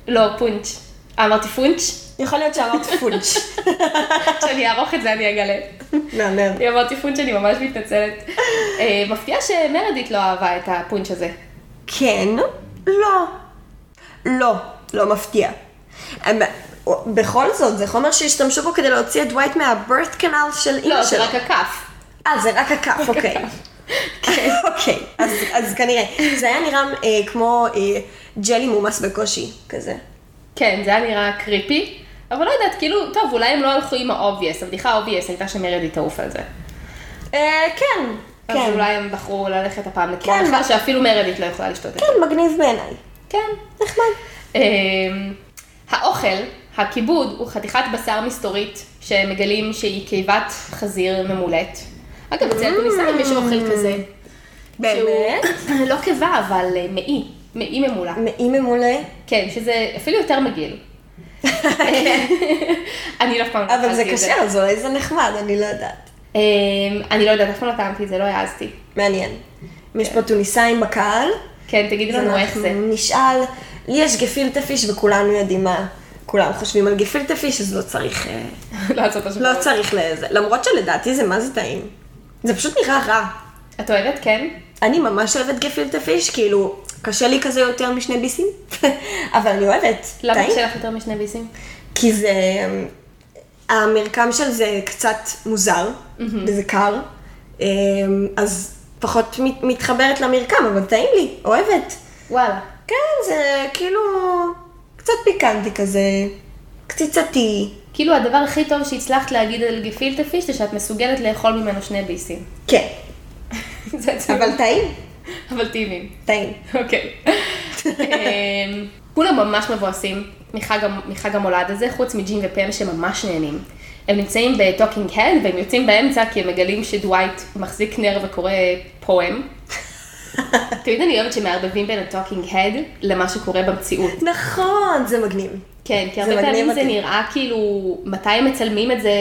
[SPEAKER 1] לא, פונץ'. אה, אמרתי פונץ'?
[SPEAKER 2] יכול להיות שאמרת פודג'.
[SPEAKER 1] כשאני אערוך את זה אני אגלה.
[SPEAKER 2] מהמם.
[SPEAKER 1] היא אמרתי פונץ', אני ממש מתנצלת. אה, מפתיע שמרדית לא אהבה את הפונץ' הזה.
[SPEAKER 2] כן? לא. לא. לא מפתיע. אמ, בכל זאת, זה חומר שהשתמשו בו כדי להוציא את דווייט מהבירת קנאל של
[SPEAKER 1] לא,
[SPEAKER 2] אימא
[SPEAKER 1] זה
[SPEAKER 2] שלו.
[SPEAKER 1] רק הכף.
[SPEAKER 2] אה, זה רק הכף, אוקיי. אוקיי, אז- אז כנראה. זה היה נראה אה, כמו אה, ג'לי מומס בקושי, כזה.
[SPEAKER 1] כן, זה היה נראה קריפי, אבל לא יודעת, כאילו, טוב, אולי הם לא הלכו עם האובייס, הבדיחה האובייס הייתה שמרדית תעוף על זה.
[SPEAKER 2] אה, כן,
[SPEAKER 1] אז
[SPEAKER 2] כן.
[SPEAKER 1] אולי הם בחרו ללכת הפעם לכיוון
[SPEAKER 2] כן,
[SPEAKER 1] אחר,
[SPEAKER 2] ב-
[SPEAKER 1] שאפילו מרדית לא יכולה לשתות את זה.
[SPEAKER 2] כן, מגניב בעיניי.
[SPEAKER 1] כן.
[SPEAKER 2] נחמד.
[SPEAKER 1] אמ, האוכל, הכיבוד, הוא חתיכת בשר מסתורית, שמגלים שהיא קיבת חזיר ממולט. אגב, אצל תוניסאים יש אוכל כזה.
[SPEAKER 2] באמת?
[SPEAKER 1] שהוא לא קיבה, אבל אה, מעי, מעי ממולא.
[SPEAKER 2] מעי ממולא,
[SPEAKER 1] כן, שזה אפילו יותר מגעיל. אני לא אף פעם לא
[SPEAKER 2] אבל זה
[SPEAKER 1] אכלתי את
[SPEAKER 2] קשה, אז אולי זה נחמד, אני לא יודעת.
[SPEAKER 1] אמ, אני לא יודעת, אף פעם לא טעמתי את זה, לא העזתי.
[SPEAKER 2] מעניין. אם יש פה טוניסאים בקהל,
[SPEAKER 1] כן, תגידי
[SPEAKER 2] לא
[SPEAKER 1] לנו איך זה.
[SPEAKER 2] אנחנו נשאל, לי יש גפילטה פיש וכולנו יודעים מה, כולם חושבים על גפילטה פיש, אז לא צריך, אה,
[SPEAKER 1] לא לעשות משהו.
[SPEAKER 2] לא צריך לזה. למרות שלדעתי זה מה זה טעים. זה פשוט נראה רע.
[SPEAKER 1] את אוהבת? כן.
[SPEAKER 2] אני ממש אוהבת גפילטה פיש, כאילו, קשה לי כזה יותר משני ביסים, אבל אני אוהבת.
[SPEAKER 1] למה
[SPEAKER 2] טעים.
[SPEAKER 1] קשה לך יותר משני ביסים?
[SPEAKER 2] כי זה, המרקם של זה קצת מוזר, וזה קר, אמ, אז פחות מת- מתחברת למרקם, אבל טעים לי, אוהבת.
[SPEAKER 1] וואלה.
[SPEAKER 2] כן, זה כאילו קצת פיקנטי כזה, קציצתי.
[SPEAKER 1] כאילו הדבר הכי טוב שהצלחת להגיד על גפילטה פיש זה שאת מסוגלת לאכול ממנו שני ביסים.
[SPEAKER 2] כן,
[SPEAKER 1] זה עצוב.
[SPEAKER 2] אבל טעים,
[SPEAKER 1] אבל טעימים.
[SPEAKER 2] טעים.
[SPEAKER 1] אוקיי. אמ, כולם ממש מבואסים מחג, המ- מחג המולד הזה, חוץ מג'ים ופם שממש נהנים. הם נמצאים בטוקינג הד והם יוצאים באמצע כי הם מגלים שדווייט מחזיק נר וקורא פואם. תמיד אני אוהבת שמערבבים בין הטוקינג הד למה שקורה במציאות.
[SPEAKER 2] נכון, זה מגניב.
[SPEAKER 1] כן, כי
[SPEAKER 2] זה
[SPEAKER 1] הרבה
[SPEAKER 2] מגניב
[SPEAKER 1] פעמים זה
[SPEAKER 2] אותי.
[SPEAKER 1] נראה כאילו, מתי הם מצלמים את זה,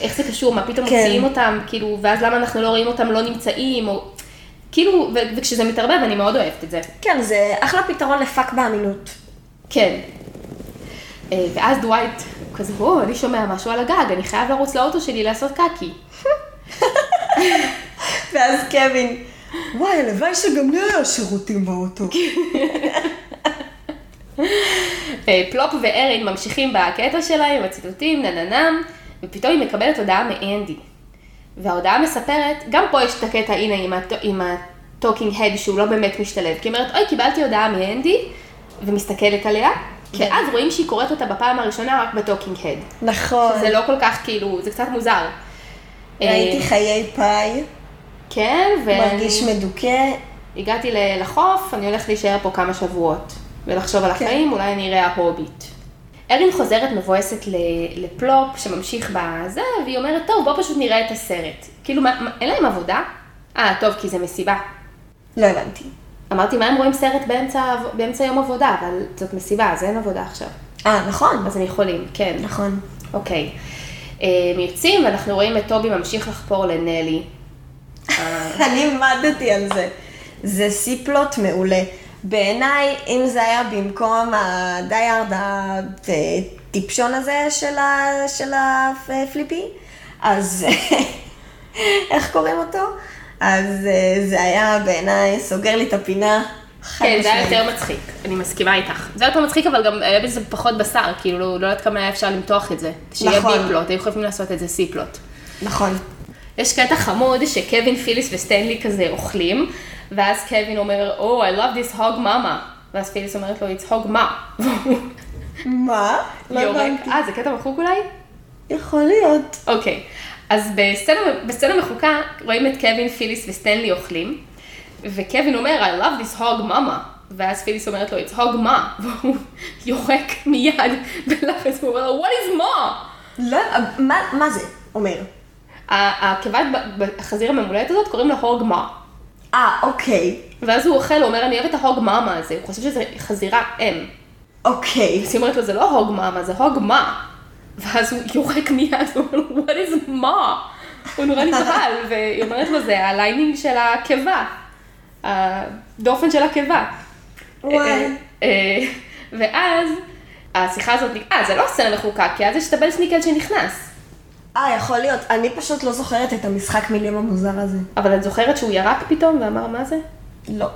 [SPEAKER 1] איך זה קשור, מה פתאום
[SPEAKER 2] כן.
[SPEAKER 1] מוציאים אותם, כאילו, ואז למה אנחנו לא רואים אותם לא נמצאים, או... כאילו, ו- וכשזה מתערבב אני מאוד אוהבת את זה.
[SPEAKER 2] כן, זה אחלה פתרון לפאק באמינות.
[SPEAKER 1] כן. אה, ואז דווייט כזה, או, אני שומע משהו על הגג, אני חייב לרוץ לאוטו שלי לעשות קקי.
[SPEAKER 2] ואז קווין, וואי, הלוואי שגם לי היה שירותים באוטו.
[SPEAKER 1] אה, פלופ וארין ממשיכים בקטע שלהם, הציטוטים, נננם, ופתאום היא מקבלת הודעה מאנדי. וההודעה מספרת, גם פה יש את הקטע, הנה, עם הט- עם ה-talking head שהוא לא באמת משתלב. כי היא אומרת, אוי, קיבלתי הודעה מאנדי, ומסתכלת עליה, ואז רואים שהיא קוראת אותה בפעם הראשונה רק ב-talking head.
[SPEAKER 2] נכון.
[SPEAKER 1] זה לא כל כך, כאילו, זה קצת מוזר.
[SPEAKER 2] ראיתי
[SPEAKER 1] אה,
[SPEAKER 2] חיי פאי,
[SPEAKER 1] כן, ואני
[SPEAKER 2] מרגיש מדוכא.
[SPEAKER 1] הגעתי ל- לחוף, אני הולכת להישאר פה כמה שבועות, ולחשוב על
[SPEAKER 2] כן.
[SPEAKER 1] החיים, אולי אני אראה ההוביט. ארין חוזרת מבואסת ל- לפלופ שממשיך בזה, והיא אומרת, טוב, בוא פשוט נראה את הסרט. כאילו, מה, מה, אין להם עבודה? אה, טוב, כי זה מסיבה.
[SPEAKER 2] לא הבנתי.
[SPEAKER 1] אמרתי, מה הם רואים סרט באמצע, באמצע יום עבודה? אבל זאת מסיבה, אז אין עבודה עכשיו.
[SPEAKER 2] אה, נכון.
[SPEAKER 1] אז הם יכולים, כן.
[SPEAKER 2] נכון.
[SPEAKER 1] אוקיי. אה, הם יוצאים, ואנחנו רואים את טובי ממשיך לחפור לנלי.
[SPEAKER 2] אני עמדתי על זה. זה C-פלוט מעולה. בעיניי, אם זה היה במקום הדיארד הטיפשון הזה של ה- של הפליפי, אז איך קוראים אותו? אז אה, זה היה בעיניי סוגר לי את הפינה. חד
[SPEAKER 1] כן, זה היה
[SPEAKER 2] משמעית.
[SPEAKER 1] יותר מצחיק, אני מסכימה איתך. זה היה יותר מצחיק, אבל גם היה בזה פחות בשר, כאילו, לא יודעת כמה היה אפשר למתוח את זה. שיהיה
[SPEAKER 2] נכון.
[SPEAKER 1] B-פלוט, היו חייבים לעשות את זה C-פלוט.
[SPEAKER 2] נכון.
[SPEAKER 1] יש קטע חמוד שקווין, פיליס וסטנלי כזה אוכלים, ואז קווין אומר, Oh, I love this hog mama. ואז פיליס אומרת לו, it's hog ma. והוא
[SPEAKER 2] מה? לא
[SPEAKER 1] יורק.
[SPEAKER 2] הבנתי.
[SPEAKER 1] אה, זה קטע מחוק אולי?
[SPEAKER 2] יכול להיות.
[SPEAKER 1] אוקיי. אז בסצנה, בסצנה מחוקה רואים את קווין, פיליס וסטנלי אוכלים, וקווין אומר, I love this hog mama. ואז פיליס אומרת לו, it's hog ma, והוא יורק מיד בלחץ, והוא אומר לו, what is ma?
[SPEAKER 2] לא, מה, מה זה אומר?
[SPEAKER 1] ה- הקיבת ב- ב- החזיר הממולדת הזאת קוראים לה הוג ma.
[SPEAKER 2] אה, אוקיי.
[SPEAKER 1] ואז הוא אוכל, הוא אומר, אני אוהב את ההוג מאמה הזה, הוא חושב שזה חזירה אם.
[SPEAKER 2] אוקיי.
[SPEAKER 1] אז היא אומרת לו, זה לא הוג מאמה, זה הוג מה. ואז הוא יורק מיד, הוא אומר לו, what is מה? הוא נורא נבהל, והיא אומרת לו, זה הליינינג של הקיבה, הדופן של הקיבה.
[SPEAKER 2] וואי.
[SPEAKER 1] אה, אה, ואז השיחה הזאת, נק- אה, זה לא סצנה מחוקה, כי אז יש את הבל סניקל שנכנס.
[SPEAKER 2] אה, יכול להיות. אני פשוט לא זוכרת את המשחק מילים המוזר הזה.
[SPEAKER 1] אבל את זוכרת שהוא ירק פתאום ואמר, מה זה?
[SPEAKER 2] לא.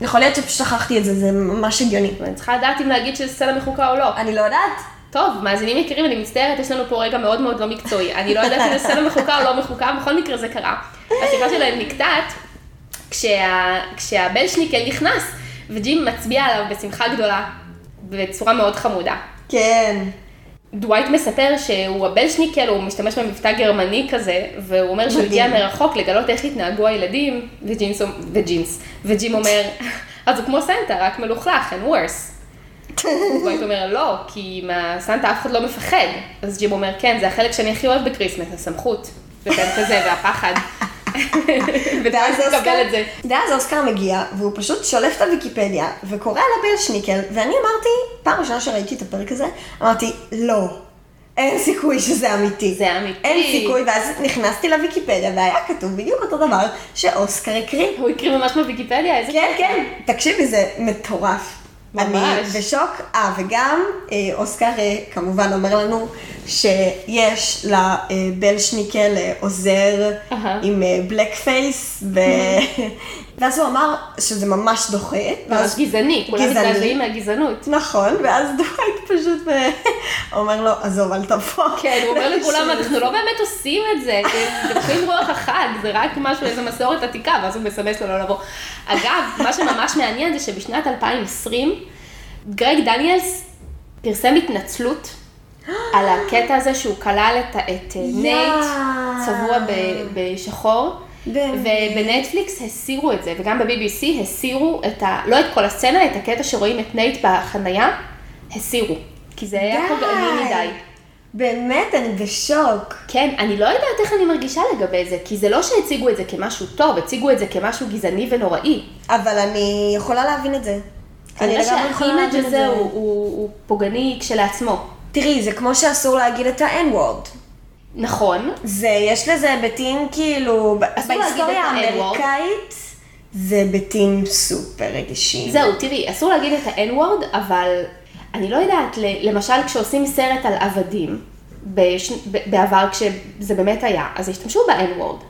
[SPEAKER 2] יכול להיות שפשוט שכחתי את זה, זה ממש הגיוני.
[SPEAKER 1] ואני צריכה לדעת אם להגיד שזה סצנה מחוקה או לא.
[SPEAKER 2] אני לא יודעת.
[SPEAKER 1] טוב, מאזינים יקרים, אני מצטערת, יש לנו פה רגע מאוד מאוד לא מקצועי. אני לא יודעת אם זה סצנה מחוקה או לא מחוקה, בכל מקרה זה קרה. השיחה שלהם נקטעת כשה, כשהבלשניקל נכנס, וג'ים מצביע עליו בשמחה גדולה, בצורה מאוד חמודה.
[SPEAKER 2] כן.
[SPEAKER 1] דווייט מספר שהוא הבלשניקל, הוא משתמש במבטא גרמני כזה, והוא אומר שהוא
[SPEAKER 2] מדהים.
[SPEAKER 1] הגיע מרחוק לגלות איך התנהגו הילדים, וג'ינס, אומ- וג'ינס, וג'ים אומר, אז הוא כמו סנטה, רק מלוכלך, and worse. דווייט אומר, לא, כי מהסנטה אף אחד לא מפחד. אז ג'ים אומר, כן, זה החלק שאני הכי אוהב בקריסמס, הסמכות. וכן כזה, והפחד. ודווייט מקבל את זה.
[SPEAKER 2] ואז אוסקר מגיע, והוא פשוט שולף את הוויקיפדיה, וקורא על הבל שניקל, ואני אמרתי, פעם ראשונה שראיתי את הפרק הזה, אמרתי, לא. אין סיכוי שזה אמיתי.
[SPEAKER 1] זה אמיתי.
[SPEAKER 2] אין סיכוי, ואז נכנסתי לוויקיפדיה, והיה כתוב בדיוק אותו דבר שאוסקר הקריא.
[SPEAKER 1] הוא הקריא ממש מהוויקיפדיה, איזה...
[SPEAKER 2] כן, כן, תקשיבי, זה מטורף.
[SPEAKER 1] ממש.
[SPEAKER 2] אני בשוק. אה, וגם אה, אוסקר אה, כמובן אומר לנו שיש לבלשניקל אה, עוזר
[SPEAKER 1] אהה.
[SPEAKER 2] עם אה, בלק פייס, ו... ואז הוא אמר שזה ממש דוחה.
[SPEAKER 1] ממש
[SPEAKER 2] ואז-
[SPEAKER 1] גזעני, כולם
[SPEAKER 2] גזעני.
[SPEAKER 1] מתגעגעים מהגזענות.
[SPEAKER 2] נכון, ואז דווייט פשוט אה, אומר לו, עזוב, אל תבוא.
[SPEAKER 1] כן, הוא אומר לכולם,
[SPEAKER 2] שוב.
[SPEAKER 1] אנחנו לא באמת עושים את זה, אתם לוקחים רוח החג, זה רק משהו, איזה מסורת עתיקה, ואז הוא מסמס לו לא לבוא. אגב, מה שממש מעניין זה שבשנת 2020, גרג דניאלס פרסם התנצלות על הקטע הזה שהוא כלל את, את אה, נייט
[SPEAKER 2] יאה.
[SPEAKER 1] צבוע ב- בשחור.
[SPEAKER 2] באמת.
[SPEAKER 1] ובנטפליקס הסירו את זה, וגם ב-BBC הסירו את ה... לא את כל הסצנה, את הקטע שרואים את נייט בחנייה, הסירו. כי זה היה פוגעני מדי.
[SPEAKER 2] באמת, אני בשוק.
[SPEAKER 1] כן, אני לא יודעת איך אני מרגישה לגבי זה, כי זה לא שהציגו את זה כמשהו טוב, הציגו את זה כמשהו גזעני ונוראי.
[SPEAKER 2] אבל אני יכולה להבין את זה.
[SPEAKER 1] כנראה
[SPEAKER 2] אני לגמרי יכולה
[SPEAKER 1] שהאימג'
[SPEAKER 2] להבין את
[SPEAKER 1] הזה
[SPEAKER 2] זה.
[SPEAKER 1] הוא, הוא, הוא פוגעני כשלעצמו.
[SPEAKER 2] תראי, זה כמו שאסור להגיד את ה-N-word.
[SPEAKER 1] נכון,
[SPEAKER 2] זה, יש לזה היבטים כאילו, ב-
[SPEAKER 1] אסור להגיד
[SPEAKER 2] בהיסטוריה
[SPEAKER 1] את ה-N-word.
[SPEAKER 2] האמריקאית, והיבטים סופר רגישים.
[SPEAKER 1] זהו, תראי, אסור להגיד את ה-N-word, אבל אני לא יודעת, ל- למשל כשעושים סרט על עבדים, בש... ב- בעבר כשזה באמת היה, אז השתמשו ב-N-word.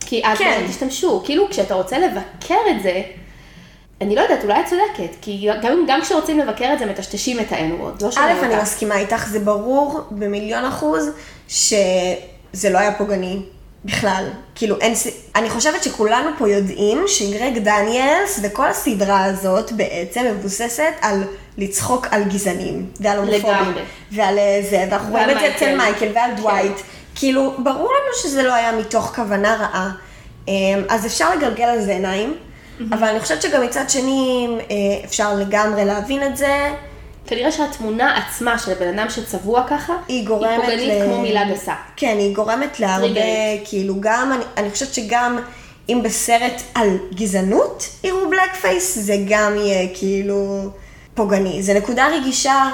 [SPEAKER 1] כי אז
[SPEAKER 2] כן.
[SPEAKER 1] כן. השתמשו, כאילו כשאתה רוצה לבקר את זה, אני לא יודעת, אולי את צודקת, כי גם, גם כשרוצים לבקר את זה, מטשטשים את ה-N-word. לא שומעים
[SPEAKER 2] א', אני
[SPEAKER 1] אותה.
[SPEAKER 2] מסכימה איתך, זה ברור במיליון אחוז שזה לא היה פוגעני בכלל. כאילו, אין, ס- אני חושבת שכולנו פה יודעים שגרג דניאלס וכל הסדרה הזאת בעצם מבוססת על לצחוק על גזענים ועל הומופובים.
[SPEAKER 1] לגמרי.
[SPEAKER 2] ועל אה, זה, ואנחנו
[SPEAKER 1] ועל
[SPEAKER 2] רואים את זה אצל
[SPEAKER 1] מייקל. כן.
[SPEAKER 2] מייקל ועל דווייט. כאילו, ברור לנו שזה לא היה מתוך כוונה רעה. אמ, אז אפשר לגלגל על זה עיניים, אבל אני חושבת שגם מצד שני אה, אפשר לגמרי להבין את זה.
[SPEAKER 1] כנראה שהתמונה עצמה של הבן אדם שצבוע ככה,
[SPEAKER 2] היא גורמת
[SPEAKER 1] היא פוגענית
[SPEAKER 2] ל-
[SPEAKER 1] כמו מילה גסה.
[SPEAKER 2] כן, היא גורמת להרבה,
[SPEAKER 1] טריגרית.
[SPEAKER 2] כאילו גם, אני, אני חושבת שגם אם בסרט על גזענות יראו בלק פייס, זה גם יהיה כאילו פוגעני. זה נקודה רגישה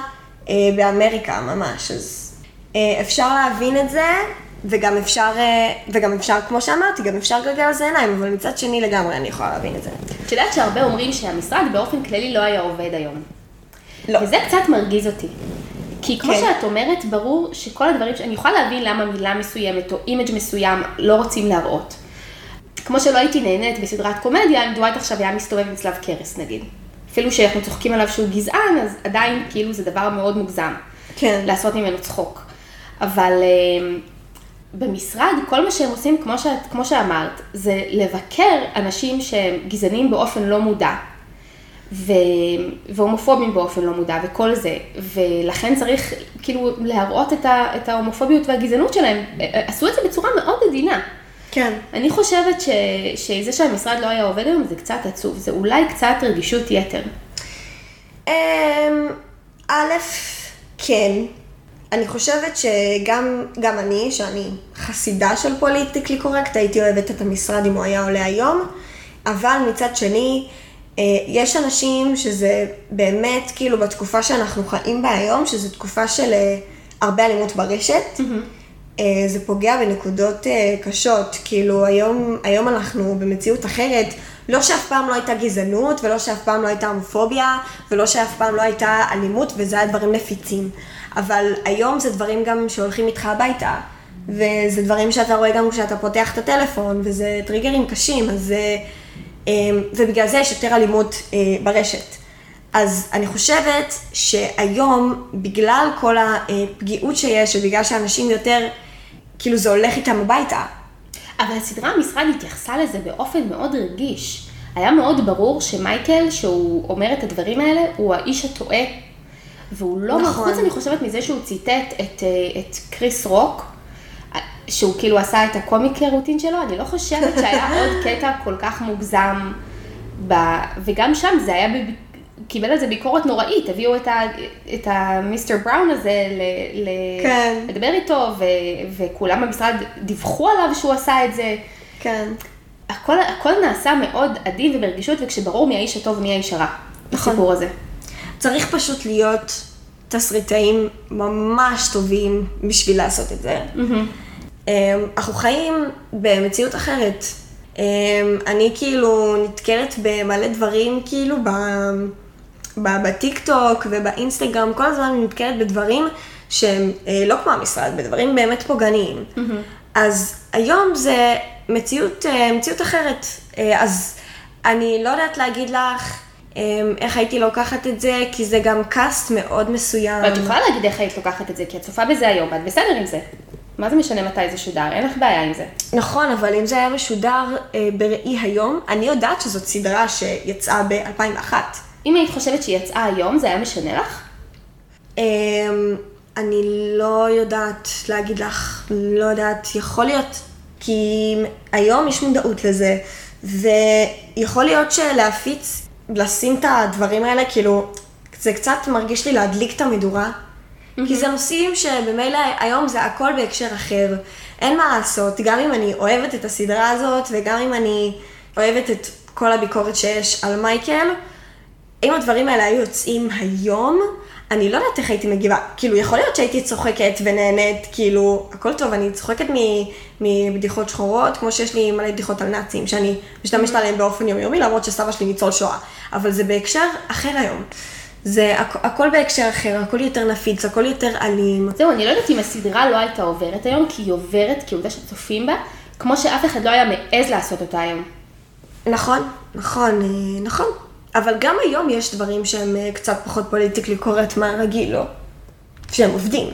[SPEAKER 2] אה, באמריקה ממש, אז אה, אפשר להבין את זה, וגם אפשר, אה, וגם אפשר, כמו שאמרתי, גם אפשר לגלגל על זה עיניים, אבל מצד שני לגמרי אני יכולה להבין את זה.
[SPEAKER 1] את יודעת שהרבה אומרים שהמשרד באופן כללי לא היה עובד היום.
[SPEAKER 2] לא.
[SPEAKER 1] וזה קצת מרגיז אותי. כי כמו
[SPEAKER 2] כן.
[SPEAKER 1] כן. שאת אומרת, ברור שכל הדברים, ש- אני יכולה להבין למה מילה מסוימת או אימג' מסוים לא רוצים להראות. כמו שלא הייתי נהנית בסדרת קומדיה, אם דווייט עכשיו היה מסתובב עם צלב קרס נגיד. אפילו שאנחנו צוחקים עליו שהוא גזען, אז עדיין כאילו זה דבר מאוד מוגזם.
[SPEAKER 2] כן.
[SPEAKER 1] לעשות ממנו צחוק. אבל אה, במשרד, כל מה שהם עושים, כמו, שאת, כמו שאמרת, זה לבקר אנשים שהם גזענים באופן לא מודע. ו... והומופובים באופן לא מודע וכל זה, ולכן צריך כאילו להראות את, ה... את ההומופוביות והגזענות שלהם. אה, עשו את זה בצורה מאוד עדינה.
[SPEAKER 2] כן.
[SPEAKER 1] אני חושבת ש... שזה שהמשרד לא היה עובד היום זה קצת עצוב, זה אולי קצת רגישות יתר.
[SPEAKER 2] אמ, א', כן. אני חושבת שגם גם אני, שאני חסידה של פוליטיקלי קורקט, הייתי אוהבת את המשרד אם הוא היה עולה היום, אבל מצד שני, אה, יש אנשים שזה באמת, כאילו, בתקופה שאנחנו חיים בה היום, שזו תקופה של אה, הרבה אלימות ברשת. אה, זה פוגע בנקודות אה, קשות, כאילו היום, היום אנחנו במציאות אחרת, לא שאף פעם לא הייתה גזענות, ולא שאף פעם לא הייתה הומופוביה, ולא שאף פעם לא הייתה אלימות, וזה היה דברים נפיצים. אבל היום זה דברים גם שהולכים איתך הביתה, וזה דברים שאתה רואה גם כשאתה פותח את הטלפון, וזה טריגרים קשים, אז... אה, אה, ובגלל זה יש יותר אלימות אה, ברשת. אז אני חושבת שהיום, בגלל כל הפגיעות שיש, ובגלל שאנשים יותר, כאילו זה הולך איתם הביתה.
[SPEAKER 1] אבל הסדרה המשרד התייחסה לזה באופן מאוד רגיש. היה מאוד ברור שמייקל, שהוא אומר את הדברים האלה, הוא האיש הטועה. והוא לא,
[SPEAKER 2] נכון.
[SPEAKER 1] נכון. חוץ אני חושבת מזה שהוא ציטט את, אה, את קריס רוק, אה, שהוא כאילו עשה את הקומיק רוטין שלו, אני לא חושבת שהיה עוד קטע כל כך מוגזם, ב... וגם שם זה היה, בב... קיבל על זה ביקורת נוראית, הביאו את, ה... את המיסטר בראון הזה ל... ל...
[SPEAKER 2] כן.
[SPEAKER 1] לדבר איתו, ו... וכולם במשרד דיווחו עליו שהוא עשה את זה.
[SPEAKER 2] כן.
[SPEAKER 1] הכל, הכל נעשה מאוד עדין וברגישות, וכשברור מי האיש הטוב ומי האיש הרע.
[SPEAKER 2] נכון.
[SPEAKER 1] בסיפור הזה.
[SPEAKER 2] צריך פשוט להיות תסריטאים ממש טובים בשביל לעשות את זה. אמ, אנחנו חיים במציאות אחרת. אמ, אני כאילו נתקלת במלא דברים כאילו ב... ב- בטיקטוק ובאינסטגרם, כל הזמן אני נתקלת בדברים שהם אה, לא כמו המשרד, בדברים באמת פוגעניים. אז היום זה מציאות, אה, מציאות אחרת. אה, אז אני לא יודעת להגיד לך אה, איך הייתי לוקחת את זה, כי זה גם קאסט מאוד מסוים.
[SPEAKER 1] ואת יכולה להגיד איך היית לוקחת את זה, כי את צופה בזה היום, ואת בסדר עם זה. מה זה משנה מתי זה שודר? אין לך בעיה עם זה.
[SPEAKER 2] נכון, אבל אם זה היה משודר אה, בראי היום, אני יודעת שזאת סדרה שיצאה ב-2001.
[SPEAKER 1] אם היית חושבת שהיא יצאה היום, זה היה משנה לך?
[SPEAKER 2] אה, אני לא יודעת להגיד לך, לא יודעת, יכול להיות, כי היום יש מודעות לזה, ויכול להיות שלהפיץ, לשים את הדברים האלה, כאילו, זה קצת מרגיש לי להדליק את המדורה. כי זה נושאים שבמילא היום זה הכל בהקשר אחר. אין מה לעשות, גם אם אני אוהבת את הסדרה הזאת, וגם אם אני אוהבת את כל הביקורת שיש על מייקל, אם הדברים האלה היו יוצאים היום, אני לא יודעת איך הייתי מגיבה. כאילו, יכול להיות שהייתי צוחקת ונהנית, כאילו, הכל טוב, אני צוחקת מ- מבדיחות שחורות, כמו שיש לי מלא בדיחות על נאצים, שאני משתמשת עליהן באופן יומיומי, למרות שסבא שלי ניצול שואה. אבל זה בהקשר אחר היום. זה הכ- הכל בהקשר אחר, הכל יותר נפיץ, הכל יותר אלים.
[SPEAKER 1] זהו, אני לא יודעת אם הסדרה לא הייתה עוברת היום, כי היא עוברת כעובדה שצופים בה, כמו שאף אחד לא היה מעז לעשות אותה היום.
[SPEAKER 2] נכון, נכון, אה, נכון. אבל גם היום יש דברים שהם אה, קצת פחות פוליטיקלי קורקט מהרגיל, לא? שהם עובדים.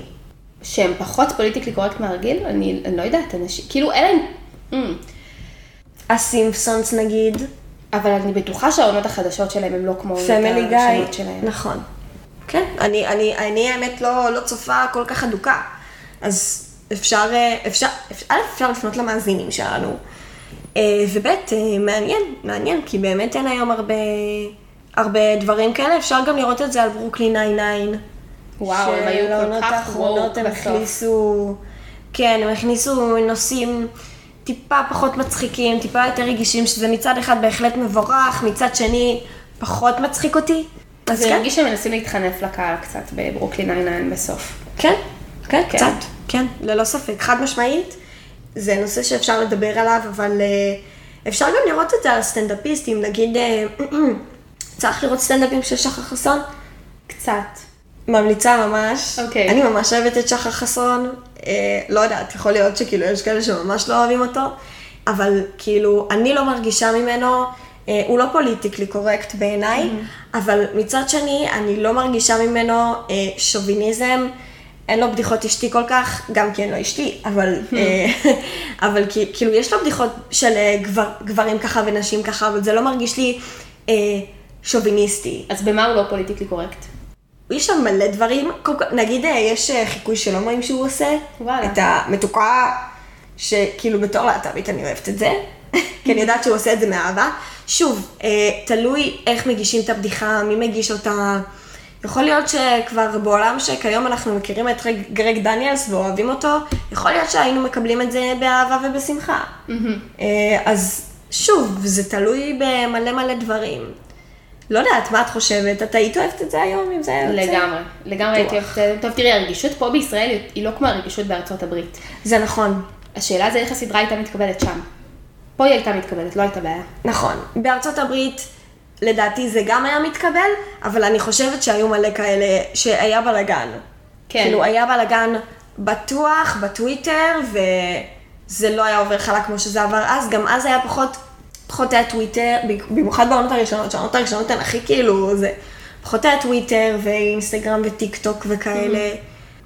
[SPEAKER 1] שהם פחות פוליטיקלי קורקט מהרגיל, אני, אני לא יודעת, אנשים, כאילו, אלא אם... אמ,
[SPEAKER 2] הסימפסונס נגיד,
[SPEAKER 1] אבל אני בטוחה שהעונות החדשות שלהם הם לא כמו העונות
[SPEAKER 2] פמילי
[SPEAKER 1] הראשונות
[SPEAKER 2] גיא.
[SPEAKER 1] שלהם.
[SPEAKER 2] נכון. כן, אני, אני, אני האמת לא, לא צופה כל כך אדוקה. אז אפשר, אה, אפשר, אפשר, א', אפשר לפנות למאזינים שלנו, אה, וב', אה, מעניין, מעניין, כי באמת אין היום הרבה, הרבה דברים כאלה, אפשר גם לראות את זה על ברוקלין 99.
[SPEAKER 1] וואו, הם היו כל
[SPEAKER 2] שלעונות
[SPEAKER 1] כך וואו
[SPEAKER 2] האחרונות לא, הם
[SPEAKER 1] בסוף.
[SPEAKER 2] הכניסו, כן, הם הכניסו נושאים טיפה פחות מצחיקים, טיפה יותר רגישים, שזה מצד אחד בהחלט מבורך, מצד שני פחות מצחיק אותי. אז
[SPEAKER 1] זה
[SPEAKER 2] כן,
[SPEAKER 1] מרגיש שהם מנסים להתחנף לקהל קצת בברוקלין 99 בסוף.
[SPEAKER 2] כן, כן,
[SPEAKER 1] כן.
[SPEAKER 2] קצת, כן, ללא ספק, חד משמעית. זה נושא שאפשר לדבר עליו, אבל אה, אפשר גם לראות את זה על הסטנדאפיסטים, נגיד, אה, צריך לראות סטנדאפים של שחר חסון?
[SPEAKER 1] קצת.
[SPEAKER 2] ממליצה ממש.
[SPEAKER 1] אוקיי.
[SPEAKER 2] אני ממש אוהבת את שחר חסון. אה, לא יודעת, יכול להיות שכאילו יש כאלה שממש לא אוהבים אותו, אבל כאילו, אני לא מרגישה ממנו, אה, הוא לא פוליטיקלי קורקט בעיניי, אבל מצד שני, אני לא מרגישה ממנו אה, שוביניזם. אין לו בדיחות אשתי כל כך, גם כי אין לו אשתי, אבל, אה, אבל כי- כאילו יש לו בדיחות של אה, גבר, גברים ככה ונשים ככה, אבל זה לא מרגיש לי אה, שוביניסטי.
[SPEAKER 1] אז במה הוא לא פוליטיקלי קורקט?
[SPEAKER 2] יש שם מלא דברים, קודם כל, נגיד אה, יש אה, חיקוי של הומואים שהוא עושה,
[SPEAKER 1] וואלה.
[SPEAKER 2] את המתוקה, שכאילו בתור להט"בית אני אוהבת את זה, כי אני יודעת שהוא עושה את זה מאהבה. שוב, אה, תלוי איך מגישים את הבדיחה, מי מגיש אותה. יכול להיות שכבר בעולם שכיום אנחנו מכירים את גרג- גרג דניאלס ואוהבים אותו, יכול להיות שהיינו מקבלים את זה באהבה ובשמחה. אה, אז שוב, זה תלוי במלא מלא דברים. לא יודעת, מה את חושבת? את היית אוהבת את זה היום, אם זה היה יוצא?
[SPEAKER 1] לגמרי, לגמרי הייתי
[SPEAKER 2] בטוח.
[SPEAKER 1] אוהבת את זה. טוב, תראי, הרגישות פה בישראל היא לא כמו הרגישות בארצות הברית.
[SPEAKER 2] זה נכון,
[SPEAKER 1] השאלה זה איך הסדרה הייתה מתקבלת שם. פה היא הייתה מתקבלת, לא הייתה בעיה.
[SPEAKER 2] נכון. בארצות הברית, לדעתי זה גם היה מתקבל, אבל אני חושבת שהיו מלא כאלה שהיה בלאגן.
[SPEAKER 1] כן.
[SPEAKER 2] כאילו, היה בלאגן בטוח, בטוויטר, וזה לא היה עובר חלק כמו שזה עבר אז, גם אז היה פחות, פחות היה טוויטר, במיוחד בעונות הראשונות, שהעונות הראשונות הן הכי כאילו, זה פחות היה טוויטר ואינסטגרם וטיק טוק וכאלה.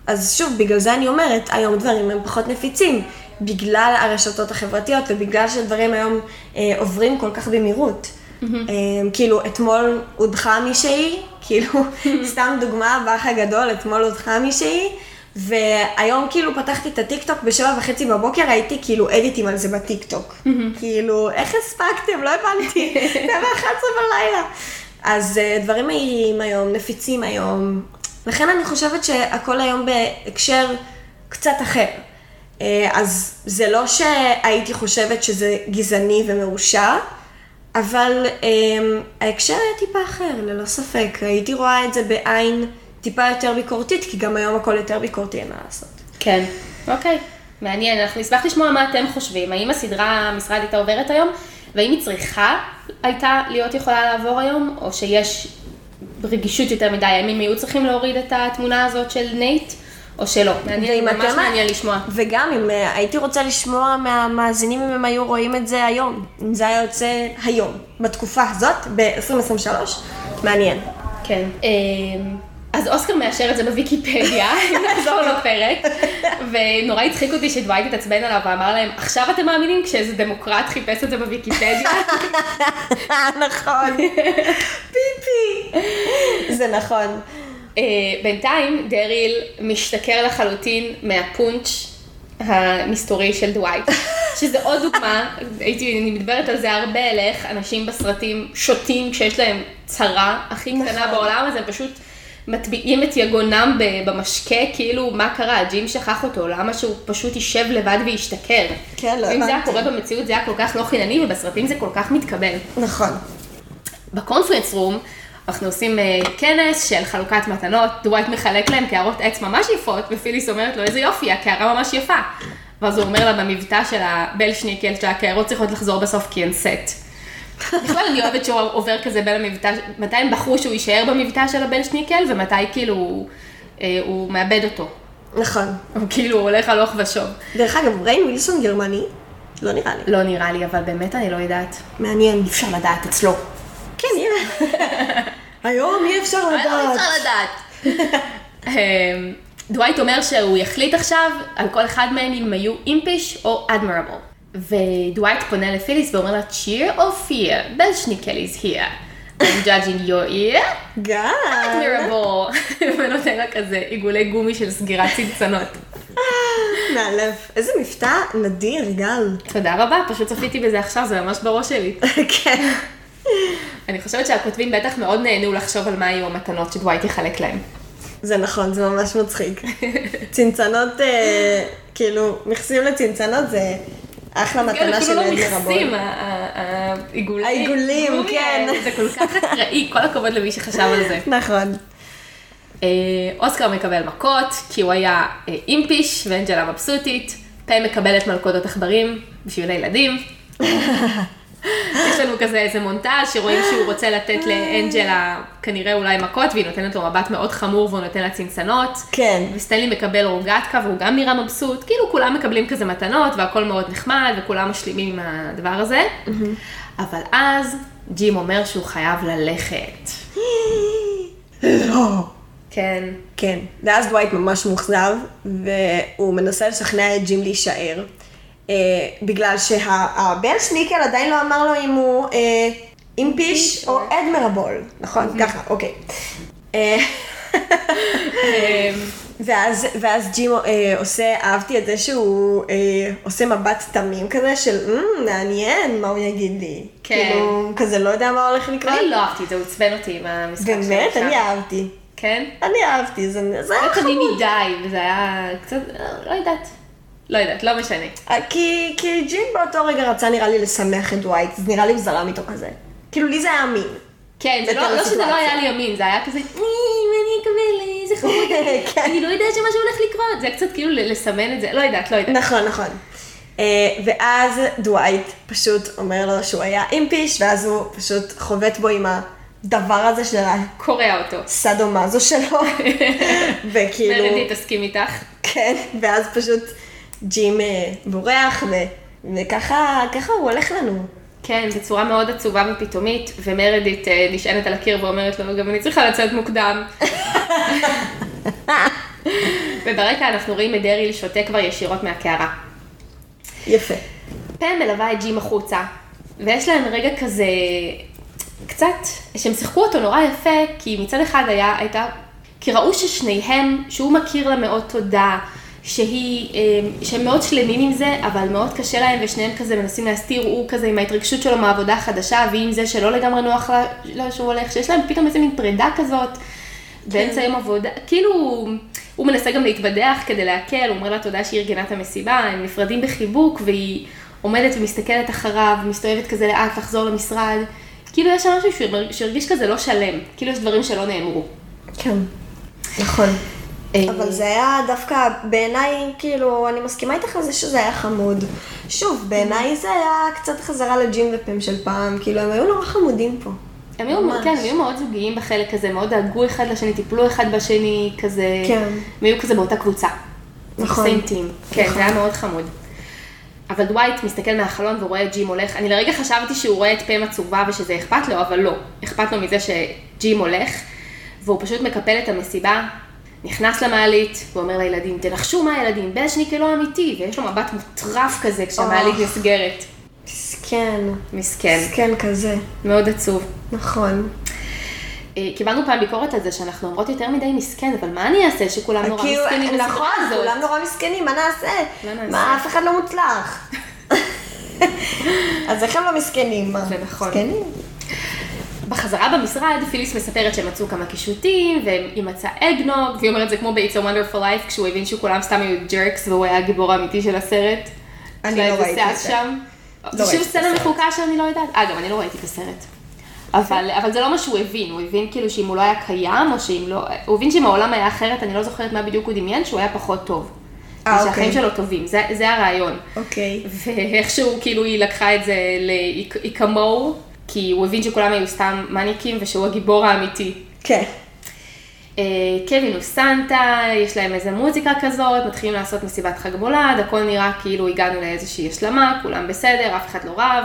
[SPEAKER 2] אז שוב, בגלל זה אני אומרת, היום דברים הם פחות נפיצים, בגלל הרשתות החברתיות ובגלל שדברים היום אה, עוברים כל כך במהירות. אה, כאילו, אתמול הודחה מישהי, כאילו, סתם דוגמה, באח הגדול, אתמול הודחה מישהי, והיום כאילו פתחתי את הטיקטוק בשבע וחצי בבוקר, הייתי כאילו אדיטים על זה בטיקטוק. כאילו, איך הספקתם? לא הבנתי, זה ב-11 בלילה. אז אה, דברים מהירים היום, נפיצים היום. לכן אני חושבת שהכל היום בהקשר קצת אחר. אה, אז זה לא שהייתי חושבת שזה גזעני ומרושע, אבל אמ, ההקשר היה טיפה אחר, ללא ספק. הייתי רואה את זה בעין טיפה יותר ביקורתית, כי גם היום הכל יותר ביקורתי, אין מה לעשות.
[SPEAKER 1] כן. אוקיי, מעניין, אנחנו נשמח לשמוע מה אתם חושבים. האם הסדרה המשרד הייתה עוברת היום, והאם היא צריכה הייתה להיות יכולה לעבור היום, או שיש רגישות יותר מדי, האם הם היו צריכים להוריד את התמונה הזאת של נייט, או שלא. מעניין,
[SPEAKER 2] ואם
[SPEAKER 1] ממש
[SPEAKER 2] אתם-
[SPEAKER 1] מעניין לשמוע.
[SPEAKER 2] וגם אם אה, הייתי רוצה לשמוע מהמאזינים אם הם היו רואים את זה היום, אם זה היה יוצא היום, בתקופה הזאת, ב-2023, מעניין.
[SPEAKER 1] כן. אמ, אז אוסקר מאשר את זה בוויקיפדיה, אם נחזור לפרק, ונורא הצחיק אותי שדווייט התעצבן עליו ואמר להם, עכשיו אתם מאמינים? כשאיזה דמוקרט חיפש את זה בוויקיפדיה.
[SPEAKER 2] נכון, פיפי. זה נכון.
[SPEAKER 1] אה, בינתיים דריל משתכר לחלוטין מהפונץ' המסתורי של דווייט, שזה עוד דוגמה, הייתי, אני מדברת על זה הרבה, על איך אנשים בסרטים שותים כשיש להם צרה הכי קטנה
[SPEAKER 2] נכון.
[SPEAKER 1] בעולם, אז הם פשוט מטביעים את יגונם ב- במשקה, כאילו מה קרה, הג'ים שכח אותו, למה שהוא פשוט יישב לבד וישתכר.
[SPEAKER 2] כן, לא
[SPEAKER 1] אם זה היה
[SPEAKER 2] הבנתי.
[SPEAKER 1] קורה במציאות זה היה כל כך לא חינני, ובסרטים זה כל כך מתקבל.
[SPEAKER 2] נכון.
[SPEAKER 1] בקונפרנס רום, אנחנו עושים אה, כנס של חלוקת מתנות, דווייט מחלק להם קערות עץ ממש יפות, ופיליס אומרת לו, איזה יופי, הקערה ממש יפה. ואז הוא אומר לה במבטא של הבלשניקל שהקערות צריכות לחזור בסוף כי הן סט. בכלל אני אוהבת שהוא עובר כזה בין המבטא, מתי הם בחרו שהוא יישאר במבטא של הבלשניקל, ומתי כאילו אה, הוא מאבד אותו.
[SPEAKER 2] נכון.
[SPEAKER 1] הוא כאילו הולך הלוך ושוב.
[SPEAKER 2] דרך אגב, ריין וילסון גרמני? לא נראה לי.
[SPEAKER 1] לא נראה לי, אבל באמת אני לא יודעת.
[SPEAKER 2] מעניין.
[SPEAKER 1] אי אפשר לדעת אצלו.
[SPEAKER 2] כן, נראה. היום אי אפשר
[SPEAKER 1] לא
[SPEAKER 2] לדעת.
[SPEAKER 1] אפשר לדעת. אמ, דווייט אומר שהוא יחליט עכשיו על כל אחד מהם אם היו אימפיש או אדמרבל. ודווייט פונה לפיליס ואומר לה, cheer or fear, בלשניקל is here. I'm judging your ear, אה,
[SPEAKER 2] גם.
[SPEAKER 1] admirable. ונותן לה כזה עיגולי גומי של סגירת צנצנות.
[SPEAKER 2] מאלף. איזה מבטא נדיר, גל.
[SPEAKER 1] תודה רבה, פשוט צפיתי בזה עכשיו, זה ממש בראש שלי.
[SPEAKER 2] כן.
[SPEAKER 1] אני חושבת שהכותבים בטח מאוד נהנו לחשוב על מה היו המתנות שדווייט יחלק להם.
[SPEAKER 2] זה נכון, זה ממש מצחיק. צנצנות, אה, כאילו, מכסים לצנצנות זה אחלה
[SPEAKER 1] כן,
[SPEAKER 2] מתנה
[SPEAKER 1] אפילו
[SPEAKER 2] של
[SPEAKER 1] לא
[SPEAKER 2] עדנה
[SPEAKER 1] מכסים, ה- ה- ה- העיגולים.
[SPEAKER 2] העיגולים,
[SPEAKER 1] אוי,
[SPEAKER 2] כן.
[SPEAKER 1] זה כל כך אקראי, כל הכבוד למי שחשב על זה.
[SPEAKER 2] נכון.
[SPEAKER 1] אה, אוסקר מקבל מכות, כי הוא היה אה, אימפיש, ואנג'לה מבסוטית. פה מקבלת מלכודות עכברים בשביל הילדים. יש לנו כזה איזה מונטאז' שרואים שהוא רוצה לתת לאנג'לה כנראה אולי מכות, והיא נותנת לו מבט מאוד חמור והוא נותן לה צנצנות.
[SPEAKER 2] כן.
[SPEAKER 1] וסטנלי מקבל רוגטקה והוא גם נראה מבסוט, כאילו כולם מקבלים כזה מתנות והכל מאוד נחמד וכולם משלימים עם הדבר הזה.
[SPEAKER 2] Mm-hmm.
[SPEAKER 1] אבל אז ג'ים אומר שהוא חייב ללכת.
[SPEAKER 2] לא.
[SPEAKER 1] כן.
[SPEAKER 2] כן. ואז דווייט ממש מאוכזב, והוא מנסה לשכנע את ג'ים להישאר. אה, בגלל שהבן שניקל עדיין לא אמר לו אם הוא אה, אימפיש או
[SPEAKER 1] כן.
[SPEAKER 2] אדמרבול. נכון, ככה, אוקיי. אה,
[SPEAKER 1] אמ,
[SPEAKER 2] ואז, ואז ג'ים אה, עושה, אהבתי את זה שהוא אה, עושה מבט תמים כזה של, "אמ, מעניין מה הוא יגיד לי.
[SPEAKER 1] כן.
[SPEAKER 2] כאילו, הוא כזה לא יודע מה הולך לקרות.
[SPEAKER 1] אני לא אהבתי את זה, הוא עצבן אותי עם המשחק שלו.
[SPEAKER 2] באמת?
[SPEAKER 1] עכשיו.
[SPEAKER 2] אני אהבתי.
[SPEAKER 1] כן?
[SPEAKER 2] אני אהבתי, זה, זה היה
[SPEAKER 1] באמת אני
[SPEAKER 2] חמוד.
[SPEAKER 1] מדי, וזה היה קצת, אה, לא יודעת. לא יודעת, לא משנה.
[SPEAKER 2] אה, כי, כי ג'ים באותו רגע רצה נראה לי לשמח את דווייט, אז נראה לי הוא זרם איתו כזה. כאילו לי זה היה אמין.
[SPEAKER 1] כן, זה
[SPEAKER 2] בהתאם
[SPEAKER 1] לא, לא שזה לא
[SPEAKER 2] לסיטואציה.
[SPEAKER 1] היה לי ימין, זה היה כזה, "אה, אם אני אקבל, אה, איזה חמוד,
[SPEAKER 2] כן.
[SPEAKER 1] אני לא יודעת שמשהו הולך לקרות, זה היה קצת כאילו לסמן את זה, לא יודעת, לא יודעת.
[SPEAKER 2] נכון, נכון. אה, ואז דווייט פשוט אומר לו שהוא היה אימפיש, ואז הוא פשוט חובט בו עם הדבר הזה של ה...
[SPEAKER 1] קורע אותו.
[SPEAKER 2] סאדו-מאזו שלו, כאילו- וכאילו,
[SPEAKER 1] מרדי תסכים איתך.
[SPEAKER 2] כן, ואז פשוט ג'ים אה, בורח, ו, וככה ככה הוא הולך לנו.
[SPEAKER 1] כן, בצורה מאוד עצובה ופתאומית, ומרדית אה, נשענת על הקיר ואומרת לו, גם אני צריכה לצאת מוקדם. וברקע אנחנו רואים את דריל שותה כבר ישירות מהקערה.
[SPEAKER 2] יפה.
[SPEAKER 1] פה מלווה את ג'ים החוצה, ויש להם רגע כזה, קצת, שהם שיחקו אותו נורא יפה, כי מצד אחד היה, הייתה, כי ראו ששניהם, שהוא מכיר לה מאוד תודה, שהיא, אה, שהם מאוד שלמים עם זה, אבל מאוד קשה להם, ושניהם כזה מנסים להסתיר, הוא כזה עם ההתרגשות שלו מהעבודה החדשה, והיא עם זה שלא לגמרי נוח לה, לה שהוא הולך, שיש להם פתאום איזה מין פרידה כזאת. כן. באמצע יום עבודה, כאילו, הוא מנסה גם להתבדח כדי להקל, הוא אומר לה תודה שהיא ארגנה את המסיבה, הם נפרדים בחיבוק, והיא עומדת ומסתכלת אחריו, מסתובבת כזה לאט לחזור למשרד. כאילו יש שם משהו שהר- שהרגיש כזה לא שלם, כאילו יש דברים שלא נאמרו.
[SPEAKER 2] כן. נכון.
[SPEAKER 1] אה,
[SPEAKER 2] אבל זה היה דווקא, בעיניי, כאילו, אני מסכימה איתך על זה שזה היה חמוד. שוב, בעיניי זה היה קצת חזרה לג'ים ופם של פעם, כאילו, הם היו נורא חמודים פה.
[SPEAKER 1] הם היו,
[SPEAKER 2] ממש.
[SPEAKER 1] כן, הם היו מאוד זוגיים בחלק הזה, מאוד דאגו אחד לשני, טיפלו אחד בשני, כזה,
[SPEAKER 2] כן.
[SPEAKER 1] הם היו כזה באותה קבוצה.
[SPEAKER 2] נכון.
[SPEAKER 1] סיים טים. כן,
[SPEAKER 2] נכון.
[SPEAKER 1] זה היה מאוד חמוד. אבל דווייט מסתכל מהחלון ורואה את ג'ים הולך, אני לרגע חשבתי שהוא רואה את פם עצובה ושזה אכפת לו, אבל לא, אכפת לו מזה שג'ים הולך, והוא פשוט מקפל את המסיבה, נכנס למעלית, ואומר לילדים, תנחשו מה הילדים, בלשניקל לא אמיתי, ויש לו מבט מוטרף כזה כשהמעלית
[SPEAKER 2] אוח.
[SPEAKER 1] נסגרת.
[SPEAKER 2] מסכן.
[SPEAKER 1] מסכן,
[SPEAKER 2] מסכן כזה.
[SPEAKER 1] מאוד עצוב.
[SPEAKER 2] נכון.
[SPEAKER 1] אה, קיבלנו פעם ביקורת על זה שאנחנו אומרות יותר מדי מסכן, אבל מה אני אעשה שכולם נורא
[SPEAKER 2] כאילו,
[SPEAKER 1] מסכנים
[SPEAKER 2] נכון,
[SPEAKER 1] לסדרה הזאת?
[SPEAKER 2] כולם נורא מסכנים, מה
[SPEAKER 1] מה
[SPEAKER 2] נעשה?
[SPEAKER 1] נעשה?
[SPEAKER 2] מה, אף אחד לא מוצלח. אז איך הם לא מסכנים? מה?
[SPEAKER 1] זה נכון.
[SPEAKER 2] מסכנים.
[SPEAKER 1] בחזרה במשרד, פיליס מספרת שהם מצאו כמה קישוטים, והיא מצאה אגנוג, והיא אומרת זה כמו ב-It's a Wonderful Life, כשהוא הבין שכולם סתם היו ג'רקס והוא היה הגיבור האמיתי של הסרט.
[SPEAKER 2] אני
[SPEAKER 1] יש לה
[SPEAKER 2] לא
[SPEAKER 1] איזה
[SPEAKER 2] ראיתי
[SPEAKER 1] שיער
[SPEAKER 2] את זה.
[SPEAKER 1] שם.
[SPEAKER 2] לא
[SPEAKER 1] זה שוב
[SPEAKER 2] ראיתי את
[SPEAKER 1] סצנה
[SPEAKER 2] הסרט.
[SPEAKER 1] מחוקה שאני לא יודעת. אה, גם אני לא ראיתי את הסרט. אבל, אבל זה לא מה שהוא הבין, הוא הבין כאילו שאם הוא לא היה קיים, או שאם לא... הוא הבין שאם העולם היה אחרת, אני לא זוכרת מה בדיוק הוא דמיין, שהוא היה פחות טוב.
[SPEAKER 2] אה, אוקיי.
[SPEAKER 1] שהחיים שלו טובים, זה, זה הרעיון.
[SPEAKER 2] אוקיי.
[SPEAKER 1] ואיכשהו כאילו היא לקחה את זה, ל... היא, היא כמוהו, כי הוא הבין שכולם היו סתם מניאקים ושהוא הגיבור האמיתי.
[SPEAKER 2] כן.
[SPEAKER 1] אה, קווין הוא סנטה, יש להם איזה מוזיקה כזאת, מתחילים לעשות מסיבת חג מולד, הכל נראה כאילו הגענו לאיזושהי השלמה, כולם בסדר, אף אחד לא רב.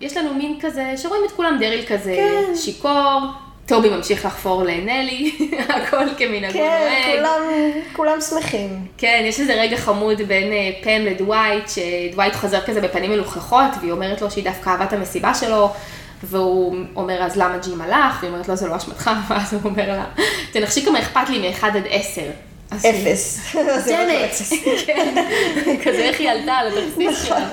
[SPEAKER 1] יש לנו מין כזה, שרואים את כולם דרעי כזה
[SPEAKER 2] כן.
[SPEAKER 1] שיכור, טובי ממשיך לחפור לנלי, הכל כמנהגו
[SPEAKER 2] כן,
[SPEAKER 1] נוהג.
[SPEAKER 2] כולם, כולם שמחים.
[SPEAKER 1] כן, יש איזה רגע חמוד בין אה, פם לדווייט, שדווייט חוזר כזה בפנים מלוכלכות, והיא אומרת לו שהיא דווקא אהבה את המסיבה שלו, והוא אומר, אז למה ג'ים הלך? והיא אומרת לו, זה לא אשמתך, ואז הוא אומר לה, תנחשי כמה אכפת לי מ-1 עד 10. אז היא-
[SPEAKER 2] אפס. זה לא
[SPEAKER 1] אוקיי. ג'נט.
[SPEAKER 2] אפס.
[SPEAKER 1] כן, כזה איך היא עלתה על התרסיס
[SPEAKER 2] נכון.
[SPEAKER 1] שלה.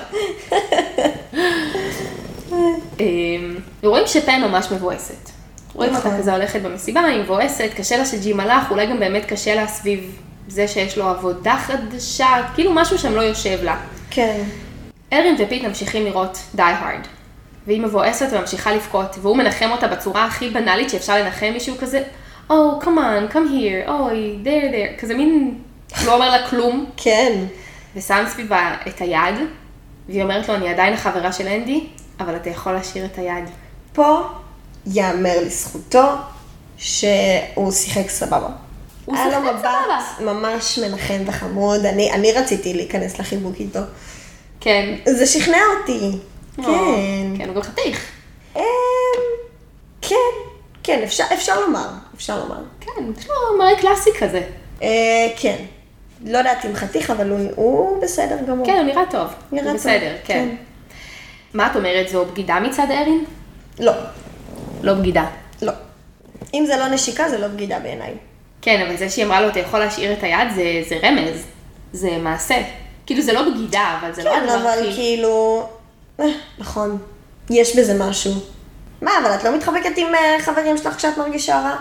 [SPEAKER 1] אמ, ורואים שפן ממש מבואסת. רואים אותה
[SPEAKER 2] נכון.
[SPEAKER 1] כזה הולכת במסיבה, היא מבואסת, קשה לה שג'ים הלך, אולי גם באמת קשה לה סביב זה שיש לו עבודה חדשה, כאילו משהו שם לא יושב לה.
[SPEAKER 2] כן.
[SPEAKER 1] ארין ופיט ממשיכים לראות די הרד. והיא מבואסת וממשיכה לבכות, והוא מנחם אותה בצורה הכי בנאלית שאפשר לנחם מישהו כזה, Oh, come on, come here, אוי, there, there, כזה מין, לא אומר לה כלום,
[SPEAKER 2] כן.
[SPEAKER 1] ושם סביבה את היד, והיא אומרת לו, אני עדיין החברה של אנדי, אבל אתה יכול להשאיר את היד.
[SPEAKER 2] פה ייאמר לזכותו שהוא שיחק סבבה.
[SPEAKER 1] הוא
[SPEAKER 2] היה לו
[SPEAKER 1] שיחק
[SPEAKER 2] מבט
[SPEAKER 1] סבבה.
[SPEAKER 2] ממש מנחם וחמוד, אני, אני רציתי להיכנס לחיבוק איתו.
[SPEAKER 1] כן.
[SPEAKER 2] זה שכנע אותי. כן.
[SPEAKER 1] כן, הוא גם חתיך.
[SPEAKER 2] אמ, כן, כן, אפשר, אפשר לומר, אפשר לומר.
[SPEAKER 1] כן, יש לו מראה קלאסי כזה.
[SPEAKER 2] אה, כן. לא יודעת אם חתיך, אבל הוא, הוא בסדר גמור.
[SPEAKER 1] כן, הוא נראה טוב.
[SPEAKER 2] נראה
[SPEAKER 1] הוא
[SPEAKER 2] טוב,
[SPEAKER 1] בסדר, כן.
[SPEAKER 2] כן.
[SPEAKER 1] מה את אומרת, זו בגידה מצד ארין?
[SPEAKER 2] לא,
[SPEAKER 1] לא בגידה.
[SPEAKER 2] לא. אם זה לא נשיקה, זה לא בגידה בעיניי.
[SPEAKER 1] כן, אבל זה שהיא אמרה לו, אתה יכול להשאיר את היד, זה, זה רמז. זה מעשה. כאילו, זה לא בגידה, אבל זה לא
[SPEAKER 2] כן,
[SPEAKER 1] הדבר הכי...
[SPEAKER 2] אבל כאילו... אה, נכון, יש בזה משהו. מה, אבל את לא מתחבקת עם אה, חברים שלך כשאת מרגישה רע?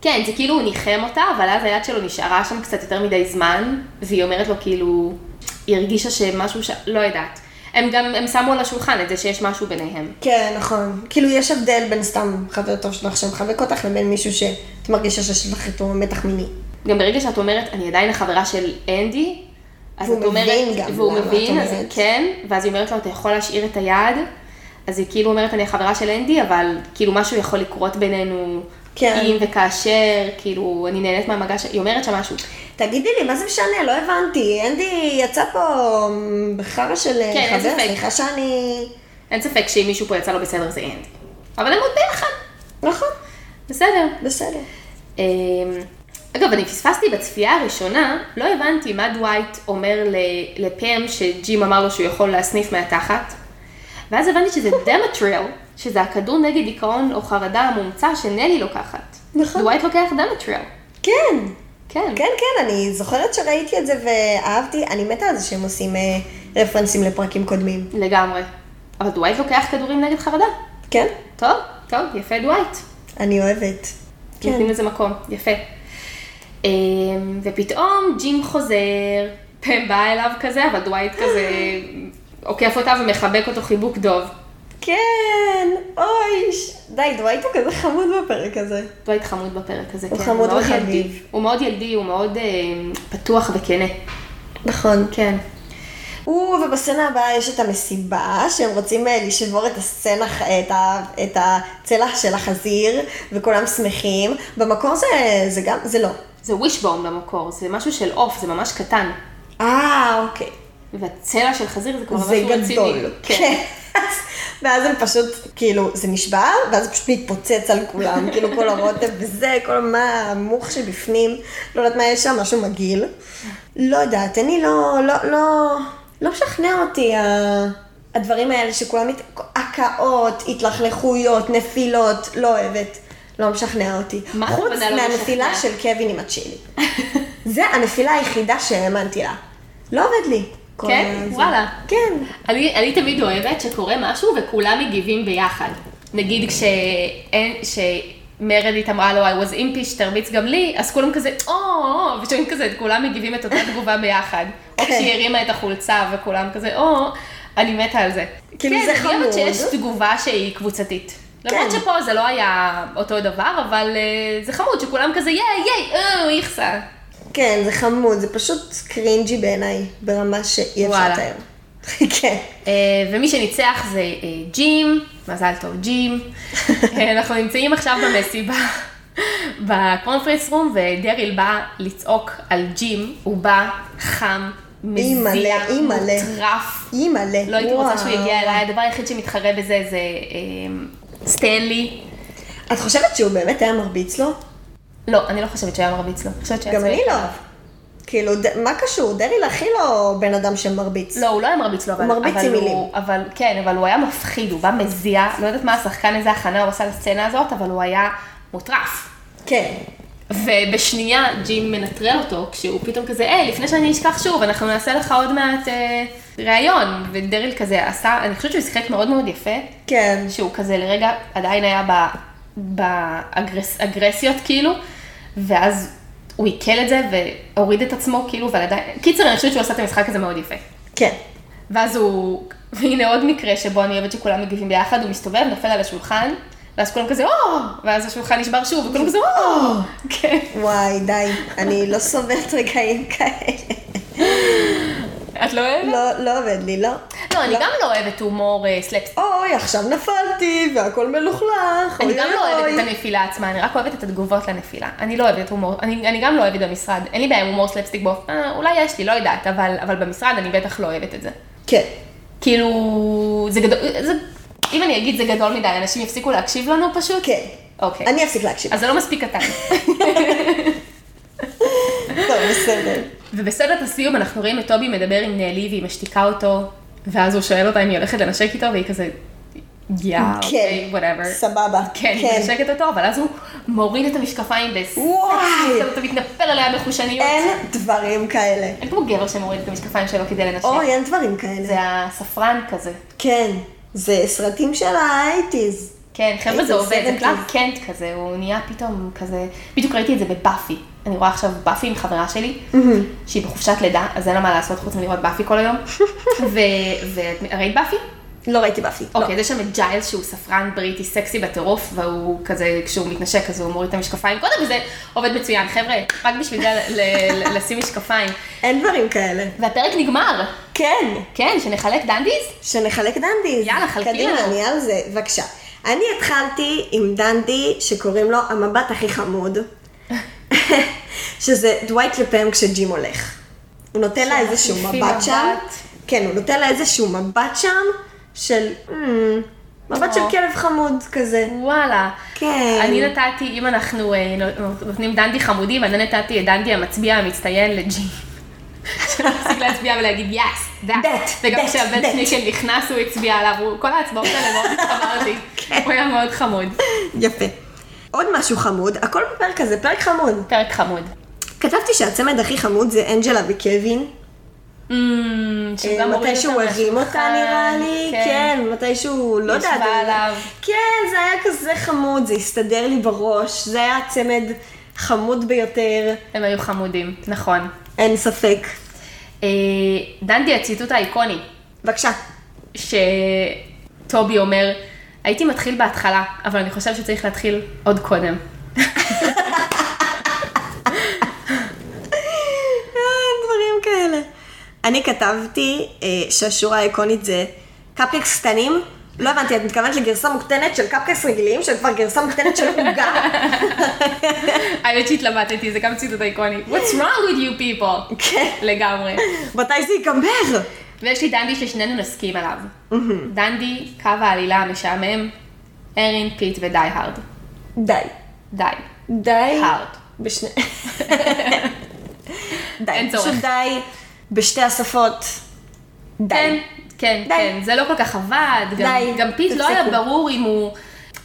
[SPEAKER 1] כן, זה כאילו הוא ניחם אותה, אבל אז היד שלו נשארה שם קצת יותר מדי זמן, והיא אומרת לו כאילו, היא הרגישה שמשהו ש... לא יודעת. הם גם, הם שמו על השולחן את זה שיש משהו ביניהם.
[SPEAKER 2] כן, נכון. כאילו, יש הבדל בין סתם חבר טוב שלך שמחבק אותך לבין מישהו שאת מרגישה שיש לך איתו מתח מיני.
[SPEAKER 1] גם ברגע שאת אומרת, אני עדיין החברה של אנדי, אז
[SPEAKER 2] והוא
[SPEAKER 1] את אומרת,
[SPEAKER 2] מבין גם
[SPEAKER 1] והוא
[SPEAKER 2] למה את
[SPEAKER 1] מבין, אז
[SPEAKER 2] אומרת.
[SPEAKER 1] כן, ואז היא אומרת לו, אתה יכול להשאיר את היד, אז היא כאילו אומרת, אני החברה של אנדי, אבל כאילו משהו יכול לקרות בינינו,
[SPEAKER 2] כן.
[SPEAKER 1] אם וכאשר, כאילו, אני נהנית מהמגע, ש- היא אומרת שם משהו.
[SPEAKER 2] תגידי לי, מה זה משנה? לא הבנתי. אנדי יצא פה מ, בחרא של אה,
[SPEAKER 1] כן, אין
[SPEAKER 2] חבר,
[SPEAKER 1] ספק.
[SPEAKER 2] סליחה שאני...
[SPEAKER 1] אין ספק שאם מישהו פה יצא לו בסדר זה אנדי. אבל הם עוד ביחד,
[SPEAKER 2] נכון,
[SPEAKER 1] בסדר.
[SPEAKER 2] בסדר.
[SPEAKER 1] אמ, אגב, אני פספסתי בצפייה הראשונה, לא הבנתי מה דווייט אומר ל- לפם שג'ים אמר לו שהוא יכול להסניף מהתחת. ואז הבנתי שזה דמטריל, שזה הכדור נגד דיכאון או חרדה המומצא שנלי לוקחת.
[SPEAKER 2] נכון.
[SPEAKER 1] דווייט לוקח דמטריל.
[SPEAKER 2] כן,
[SPEAKER 1] כן.
[SPEAKER 2] כן, כן, אני זוכרת שראיתי את זה ואהבתי. אני מתה על זה שהם עושים אה, רפרנסים לפרקים קודמים.
[SPEAKER 1] לגמרי. אבל דווייט לוקח כדורים נגד חרדה.
[SPEAKER 2] כן?
[SPEAKER 1] טוב, טוב, יפה דווייט.
[SPEAKER 2] אני אוהבת.
[SPEAKER 1] כן. נותנים לזה מקום, יפה. אמ, ופתאום ג'ים חוזר, פם בא אליו כזה, אבל דווייט כזה עוקף אותה ומחבק אותו חיבוק דוב.
[SPEAKER 2] כן, אוי, ש- די, דווייט הוא כזה חמוד בפרק הזה.
[SPEAKER 1] דווייט חמוד בפרק הזה,
[SPEAKER 2] הוא
[SPEAKER 1] כן.
[SPEAKER 2] חמוד
[SPEAKER 1] מאוד
[SPEAKER 2] וחביב.
[SPEAKER 1] ילדי. הוא מאוד ילדי, הוא מאוד אמ, פתוח וכנה.
[SPEAKER 2] נכון.
[SPEAKER 1] כן.
[SPEAKER 2] הוא, ובסצנה הבאה יש את המסיבה, שהם רוצים אה, לשבור את הסצנה, את, ה, את הצלע של החזיר, וכולם שמחים. במקור זה, זה גם, זה לא.
[SPEAKER 1] זה wishbone במקור, זה משהו של עוף, זה ממש קטן.
[SPEAKER 2] אה, אוקיי.
[SPEAKER 1] והצלע של חזיר זה כבר משהו
[SPEAKER 2] זה
[SPEAKER 1] רציני.
[SPEAKER 2] גדול.
[SPEAKER 1] כן.
[SPEAKER 2] ואז הם פשוט, כאילו, זה נשבר, ואז זה פשוט מתפוצץ על כולם, כאילו כל הרוטב וזה, כל מה, המוך שבפנים, לא יודעת מה יש שם, משהו מגעיל. לא יודעת, אני לא, לא, לא, לא משכנע אותי ה- הדברים האלה שכולם, מת- הקאות, התלכלכויות, נפילות, לא אוהבת, לא משכנע אותי.
[SPEAKER 1] מה
[SPEAKER 2] חוץ
[SPEAKER 1] הכוונה לא
[SPEAKER 2] מהנפילה
[SPEAKER 1] משכנע?
[SPEAKER 2] של קווין עם הצ'ילי. זה הנפילה היחידה שהאמנתי לה. לא עובד לי. כל
[SPEAKER 1] כן?
[SPEAKER 2] הזה.
[SPEAKER 1] וואלה.
[SPEAKER 2] כן.
[SPEAKER 1] אני, אני תמיד אוהבת שקורה משהו וכולם מגיבים ביחד. נגיד כשאין, שמרדית אמרה לו, I was impish, תרביץ גם לי, אז כולם כזה, או, או, ושומעים כזה, כולם מגיבים את אותה תגובה ביחד. או
[SPEAKER 2] כן.
[SPEAKER 1] כשהיא הרימה את החולצה וכולם כזה, או, אני מתה על זה.
[SPEAKER 2] כאילו,
[SPEAKER 1] כן,
[SPEAKER 2] זה
[SPEAKER 1] אני אוהבת
[SPEAKER 2] חמוד.
[SPEAKER 1] שיש תגובה שהיא קבוצתית. למרות
[SPEAKER 2] כן.
[SPEAKER 1] שפה זה לא היה אותו דבר, אבל אה, זה חמוד שכולם כזה ייי, ייי, אה, איכסה.
[SPEAKER 2] כן, זה חמוד, זה פשוט קרינג'י בעיניי, ברמה שאי אפשר
[SPEAKER 1] וואלה.
[SPEAKER 2] לתאר. כן.
[SPEAKER 1] אה, ומי שניצח זה אה, ג'ים, מזל טוב ג'ים. אה, אנחנו נמצאים עכשיו במסיבה בקונפרנס רום, ודריל בא לצעוק על ג'ים, הוא בא חם,
[SPEAKER 2] אימא'לה,
[SPEAKER 1] מזיע,
[SPEAKER 2] אימא'לה.
[SPEAKER 1] מוטרף.
[SPEAKER 2] אימא'לה.
[SPEAKER 1] לא הייתי רוצה שהוא
[SPEAKER 2] וואו.
[SPEAKER 1] יגיע אליי, הדבר היחיד שמתחרה בזה זה אה, סטנלי.
[SPEAKER 2] את חושבת שהוא באמת היה מרביץ לו?
[SPEAKER 1] לא, אני לא חושבת שהיה מרביץ לו. אני חושבת שהיה
[SPEAKER 2] גם
[SPEAKER 1] צועק
[SPEAKER 2] אני לא.
[SPEAKER 1] עליו.
[SPEAKER 2] כאילו, ד- מה קשור? דרעי הכי לא בן אדם שמרביץ.
[SPEAKER 1] לא, הוא לא היה מרביץ לו, אבל...
[SPEAKER 2] הוא מרביץ
[SPEAKER 1] אבל
[SPEAKER 2] עם
[SPEAKER 1] הוא-
[SPEAKER 2] מילים.
[SPEAKER 1] אבל כן, אבל הוא היה מפחיד, הוא בא מזיע, לא יודעת מה השחקן, איזה הכנה הוא עשה לסצנה הזאת, אבל הוא היה מוטרף.
[SPEAKER 2] כן.
[SPEAKER 1] ובשנייה ג'ים מנטרל אותו, כשהוא פתאום כזה, היי, לפני שאני אשכח שוב, אנחנו נעשה לך עוד מעט אה, ראיון. ודריל כזה עשה, אני חושבת שהוא שיחק מאוד מאוד יפה,
[SPEAKER 2] כן.
[SPEAKER 1] שהוא כזה לרגע עדיין היה ב- באגרסיות כאילו, ואז הוא עיכל את זה והוריד את עצמו כאילו, אבל עדיין, קיצר, אני חושבת שהוא עשה את המשחק הזה מאוד יפה.
[SPEAKER 2] כן.
[SPEAKER 1] ואז הוא, והנה עוד מקרה שבו אני אוהבת שכולם מגיבים ביחד, הוא מסתובב, נופל על השולחן, ואז כולם כזה, או! ואז השולחן נשבר שוב, וכולם כזה, או! כן.
[SPEAKER 2] וואי, די. אני לא סובלת רגעים כאלה.
[SPEAKER 1] את לא אוהבת?
[SPEAKER 2] לא, לא עובד לי, לא.
[SPEAKER 1] לא, אני גם לא אוהבת הומור אה, סלפס.
[SPEAKER 2] אוי, עכשיו נפלתי, והכל מלוכלך.
[SPEAKER 1] אני
[SPEAKER 2] אוי,
[SPEAKER 1] גם לא
[SPEAKER 2] אוי,
[SPEAKER 1] אוהבת
[SPEAKER 2] אוי.
[SPEAKER 1] את הנפילה עצמה, אני רק אוהבת את התגובות לנפילה. אני לא אוהבת הומור, אני אני גם לא אוהבת במשרד. אין לי בעיה עם הומור סלפסטיק באופן, אה, אולי יש לי, לא יודעת, אבל אבל במשרד אני בטח לא אוהבת את זה.
[SPEAKER 2] כן.
[SPEAKER 1] כאילו, זה גדול, זה- אם אני אגיד זה גדול מדי, אנשים יפסיקו להקשיב לנו פשוט?
[SPEAKER 2] כן.
[SPEAKER 1] אוקיי.
[SPEAKER 2] אני אפסיק להקשיב.
[SPEAKER 1] אז זה לא מספיק קטן.
[SPEAKER 2] טוב, בסדר.
[SPEAKER 1] ובסצנת הסיום אנחנו רואים את טובי מדבר עם נלי והיא משתיקה אותו, ואז הוא שואל אותה אם היא הולכת לנשק איתו, והיא כזה, יא,
[SPEAKER 2] כן.
[SPEAKER 1] אוקיי, whatever.
[SPEAKER 2] סבבה.
[SPEAKER 1] כן, היא מנשקת אותו, אבל אז הוא מוריד את המשקפיים בס...
[SPEAKER 2] וואי.
[SPEAKER 1] אתה מתנפל עליה בחושניות.
[SPEAKER 2] אין דברים כאלה.
[SPEAKER 1] אין כמו גבר שמוריד את המשקפיים שלו כדי לנשק.
[SPEAKER 2] אוי, אין דברים כאלה.
[SPEAKER 1] כן. זה הספרן כזה.
[SPEAKER 2] כן. זה סרטים של האייטיז.
[SPEAKER 1] כן, חבר'ה זה
[SPEAKER 2] זה
[SPEAKER 1] עובד, זה
[SPEAKER 2] seventies.
[SPEAKER 1] קלאב קנט כזה, הוא נהיה פתאום כזה, בדיוק ראיתי את זה בבאפי. אני רואה עכשיו באפי עם חברה שלי, שהיא בחופשת לידה, אז אין לה מה לעשות חוץ מלראות באפי כל היום. ו- ו- ראית באפי?
[SPEAKER 2] לא ראיתי באפי. לא.
[SPEAKER 1] אוקיי, אז יש שם את ג'יילס שהוא ספרן בריטי סקסי בטירוף, והוא כזה, כשהוא מתנשק אז הוא מוריד את המשקפיים קודם, וזה עובד מצוין. חבר'ה, רק בשביל זה ל- ל- לשים משקפיים.
[SPEAKER 2] אין דברים כאלה.
[SPEAKER 1] והפרק נגמר.
[SPEAKER 2] כן.
[SPEAKER 1] כן, שנחלק דנדיז?
[SPEAKER 2] שנחלק דנדיז.
[SPEAKER 1] יאללה, חלקי לנו.
[SPEAKER 2] קדימה, אני על זה. בבקשה. אני התחלתי עם דנדי שקוראים לו המבט הכי חמוד, שזה דווייט לפעם כשג'ים הולך. הוא נותן לה איזשהו
[SPEAKER 1] שמחליפים
[SPEAKER 2] מבט שם.
[SPEAKER 1] מבט.
[SPEAKER 2] כן, הוא נותן לה איזשהו מבט שם של... "מ, מבט של
[SPEAKER 1] או.
[SPEAKER 2] כלב חמוד כזה.
[SPEAKER 1] וואלה.
[SPEAKER 2] כן.
[SPEAKER 1] אני נתתי, אם אנחנו אה, נו- נותנים דנדי חמודים, אני נתתי את דנדי המצביע המצטיין לג'י. להפסיק להצביע ולהגיד יאס,
[SPEAKER 2] That,
[SPEAKER 1] וגם
[SPEAKER 2] that,
[SPEAKER 1] כשהבן
[SPEAKER 2] that.
[SPEAKER 1] שני שלי נכנס הוא הצביע עליו, הוא- כל ההצבעות האלה מאוד התחברתי.
[SPEAKER 2] כן.
[SPEAKER 1] הוא היה מאוד חמוד.
[SPEAKER 2] יפה. עוד משהו חמוד, הכל בפרק הזה, פרק חמוד.
[SPEAKER 1] פרק חמוד.
[SPEAKER 2] כתבתי שהצמד הכי חמוד זה אנג'לה וקווין.
[SPEAKER 1] אמ, שהוא גם הוריד
[SPEAKER 2] מתי שהוא
[SPEAKER 1] אותה
[SPEAKER 2] הרים אה, אותה
[SPEAKER 1] מהשולחן,
[SPEAKER 2] נראה לי, כן, מתי שהוא, לא
[SPEAKER 1] ישבה
[SPEAKER 2] יודעת.
[SPEAKER 1] עליו.
[SPEAKER 2] כן, זה היה כזה חמוד, זה הסתדר לי בראש, זה היה הצמד חמוד ביותר,
[SPEAKER 1] הם היו חמודים, נכון.
[SPEAKER 2] אין ספק.
[SPEAKER 1] אה, דנדי הציטוט האיקוני,
[SPEAKER 2] בבקשה.
[SPEAKER 1] שטובי אומר, הייתי מתחיל בהתחלה, אבל אני חושב שצריך להתחיל עוד קודם.
[SPEAKER 2] אה, דברים כאלה. אני כתבתי אה, שהשורה האיקונית זה קפקקס קטנים. לא הבנתי, את מתכוונת לגרסה מוקטנת של קפקקס רגילים, של כבר גרסה מוקטנת של עוגה.
[SPEAKER 1] האמת שהתלבטתי, זה גם ציטוט איקוני. What's wrong with you people?
[SPEAKER 2] כן.
[SPEAKER 1] לגמרי.
[SPEAKER 2] מתי זה ייגמר?
[SPEAKER 1] ויש לי דנדי ששנינו נסכים עליו. דנדי, קו העלילה המשעמם, ארין, פיט ודי הארד.
[SPEAKER 2] די.
[SPEAKER 1] די.
[SPEAKER 2] די.
[SPEAKER 1] הארד.
[SPEAKER 2] בשני... די.
[SPEAKER 1] אין צורך.
[SPEAKER 2] פשוט די בשתי השפות. די.
[SPEAKER 1] כן, כן,
[SPEAKER 2] די.
[SPEAKER 1] כן, זה לא כל כך עבד, גם-
[SPEAKER 2] די,
[SPEAKER 1] גם פיט לא היה
[SPEAKER 2] תפסיקו.
[SPEAKER 1] ברור אם הוא,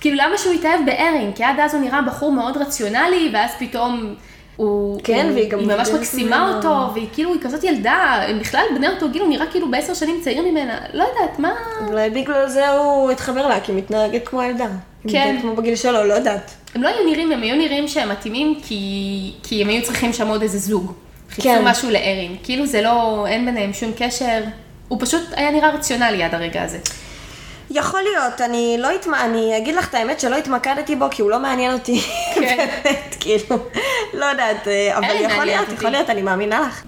[SPEAKER 1] כאילו למה שהוא התאהב בארינג, כי עד אז הוא נראה בחור מאוד רציונלי, ואז פתאום הוא,
[SPEAKER 2] כן,
[SPEAKER 1] הוא-
[SPEAKER 2] והיא גם
[SPEAKER 1] היא ממש
[SPEAKER 2] מודרת
[SPEAKER 1] מקסימה
[SPEAKER 2] ממנו.
[SPEAKER 1] אותו, והיא כאילו, היא כזאת ילדה, הם בכלל בני אותו גיל, הוא נראה כאילו בעשר שנים צעיר ממנה, לא יודעת, מה,
[SPEAKER 2] אולי בגלל זה הוא התחבר לה, כי היא מתנהגת כמו ילדה. היא
[SPEAKER 1] כן.
[SPEAKER 2] מתנהגת כמו בגיל שלו, לא יודעת.
[SPEAKER 1] הם לא היו נראים, הם היו נראים שהם מתאימים, כי, כי הם היו צריכים שם עוד איזה זוג, חיפשו
[SPEAKER 2] כן.
[SPEAKER 1] משהו לארינג, כאילו זה לא, אין ביניהם שום קשר, הוא פשוט היה נראה רציונלי עד הרגע הזה.
[SPEAKER 2] יכול להיות, אני לא התמ... אני אגיד לך את האמת שלא התמקדתי בו, כי הוא לא מעניין אותי.
[SPEAKER 1] כן.
[SPEAKER 2] באמת, כאילו, לא יודעת, אה, אבל
[SPEAKER 1] מעניין
[SPEAKER 2] יכול להיות,
[SPEAKER 1] אותי.
[SPEAKER 2] יכול להיות, אני מאמינה לך.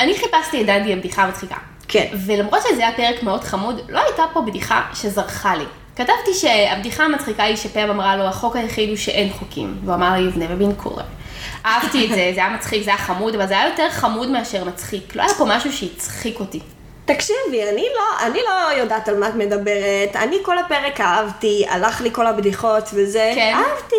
[SPEAKER 1] אני חיפשתי את דדי הבדיחה המצחיקה.
[SPEAKER 2] כן.
[SPEAKER 1] ולמרות שזה היה פרק מאוד חמוד, לא הייתה פה בדיחה שזרחה לי. כתבתי שהבדיחה המצחיקה היא שפאם אמרה לו, החוק היחיד הוא שאין חוקים, והוא אמר לה, יבנה בבנקורה. אהבתי את זה, זה היה מצחיק, זה היה חמוד, אבל זה היה יותר חמוד מאשר מצחיק. לא היה פה משהו שהצחיק אותי.
[SPEAKER 2] תקשיבי, אני לא, אני לא יודעת על מה את מדברת. אני כל הפרק אהבתי, הלך לי כל הבדיחות וזה.
[SPEAKER 1] כן.
[SPEAKER 2] אהבתי.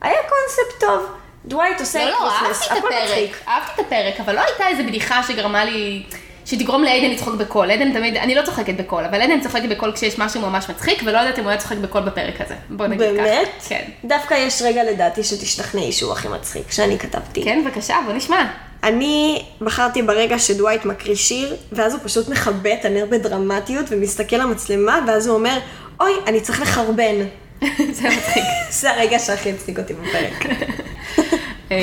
[SPEAKER 2] היה קונספט טוב. דווייט עושה
[SPEAKER 1] לא, לא,
[SPEAKER 2] Christmas,
[SPEAKER 1] אהבתי את
[SPEAKER 2] הכל
[SPEAKER 1] הפרק,
[SPEAKER 2] מצחיק.
[SPEAKER 1] אהבתי את הפרק, אבל לא הייתה איזה בדיחה שגרמה לי, שתגרום לעדן לצחוק בקול. עדן תמיד, אני לא צוחקת בקול, אבל עדן צוחקת בקול כשיש משהו ממש מצחיק, ולא יודעת אם הוא היה צוחק בקול בפרק הזה. בוא נגיד ככה.
[SPEAKER 2] באמת?
[SPEAKER 1] כן.
[SPEAKER 2] דווקא יש רגע לדעתי שתשתכנעי שהוא הכי מצחיק, שאני כתבתי.
[SPEAKER 1] כן, בבקשה, בוא נשמע.
[SPEAKER 2] אני בחרתי ברגע שדווייט מקריא שיר, ואז הוא פשוט מכבה את הנר בדרמטיות ומסתכל למצלמה, ואז הוא אומר, אוי, אני צריך לחרבן.
[SPEAKER 1] זה מצחיק.
[SPEAKER 2] זה הרגע שהכי הצחיק אותי
[SPEAKER 1] כן.
[SPEAKER 2] בפרק.
[SPEAKER 1] אה,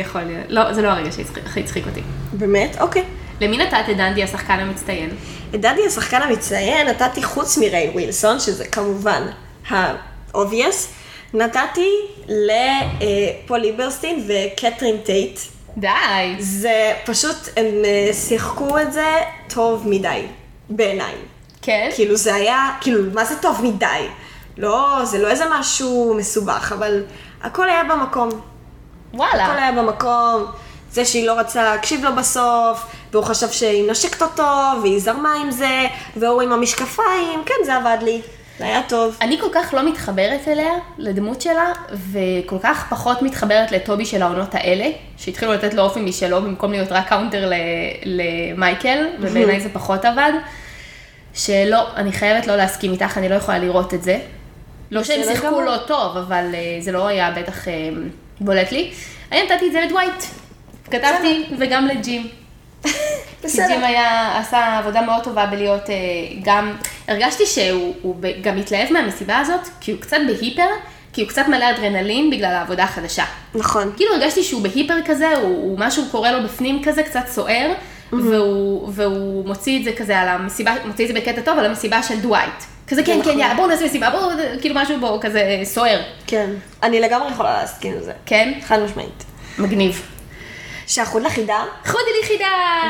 [SPEAKER 1] יכול להיות. לא, זה לא הרגע שהצחיק- הכי הצחיק אותי.
[SPEAKER 2] באמת? אוקיי.
[SPEAKER 1] למי נתת את דנדי השחקן המצטיין?
[SPEAKER 2] את דדי השחקן המצטיין נתתי חוץ מריי ווילסון, שזה כמובן ה-obvious, נתתי אה, לפולי ברסטין וקתרין טייט.
[SPEAKER 1] די.
[SPEAKER 2] זה פשוט, הם אה, שיחקו את זה טוב מדי, בעיניי.
[SPEAKER 1] כן?
[SPEAKER 2] כאילו זה היה, כאילו, מה זה טוב מדי? לא, זה לא איזה משהו מסובך, אבל הכל היה במקום. הכל
[SPEAKER 1] וואלה.
[SPEAKER 2] היה במקום. זה שהיא לא רצתה להקשיב לו בסוף, והוא חשב שהיא נשקת אותו, והיא זרמה עם זה, והוא עם המשקפיים, כן, זה עבד לי. זה היה טוב.
[SPEAKER 1] אני כל כך לא מתחברת אליה, לדמות שלה, וכל כך פחות מתחברת לטובי של העונות האלה, שהתחילו לתת לו אופי משלו במקום להיות רק קאונטר ל- למייקל,
[SPEAKER 2] Mhm.
[SPEAKER 1] ובעיניי זה פחות עבד. שלא, אני חייבת לא להסכים איתך, אני לא יכולה לראות את זה. לא שהם
[SPEAKER 2] בסדר
[SPEAKER 1] שיחקו
[SPEAKER 2] גמור.
[SPEAKER 1] לא טוב, אבל אה, זה לא היה בטח אה, בולט לי. אני נתתי את זה לדווייט. כתבתי, וגם לג'ים. כי ג'ים היה, עשה עבודה מאוד טובה בלהיות אה, גם, הרגשתי שהוא הוא ב- גם התלהב מהמסיבה הזאת, כי הוא קצת בהיפר, כי הוא קצת מלא אדרנלין בגלל העבודה החדשה.
[SPEAKER 2] נכון.
[SPEAKER 1] כאילו הרגשתי שהוא בהיפר כזה, הוא, הוא משהו קורה לו בפנים כזה, קצת סוער,
[SPEAKER 2] Mhm.
[SPEAKER 1] והוא, והוא מוציא את זה כזה על המסיבה, מוציא את זה בקטע טוב על המסיבה של דווייט. כזה כן,
[SPEAKER 2] נכון.
[SPEAKER 1] כן, יאללה, בואו נעשה מסיבה, בואו, כאילו משהו בו כזה סוער,
[SPEAKER 2] כן. אני לגמרי יכולה להסכים לזה.
[SPEAKER 1] כן?
[SPEAKER 2] חד משמעית.
[SPEAKER 1] מגניב.
[SPEAKER 2] שהחוד לחידה?
[SPEAKER 1] חודי לי חידה!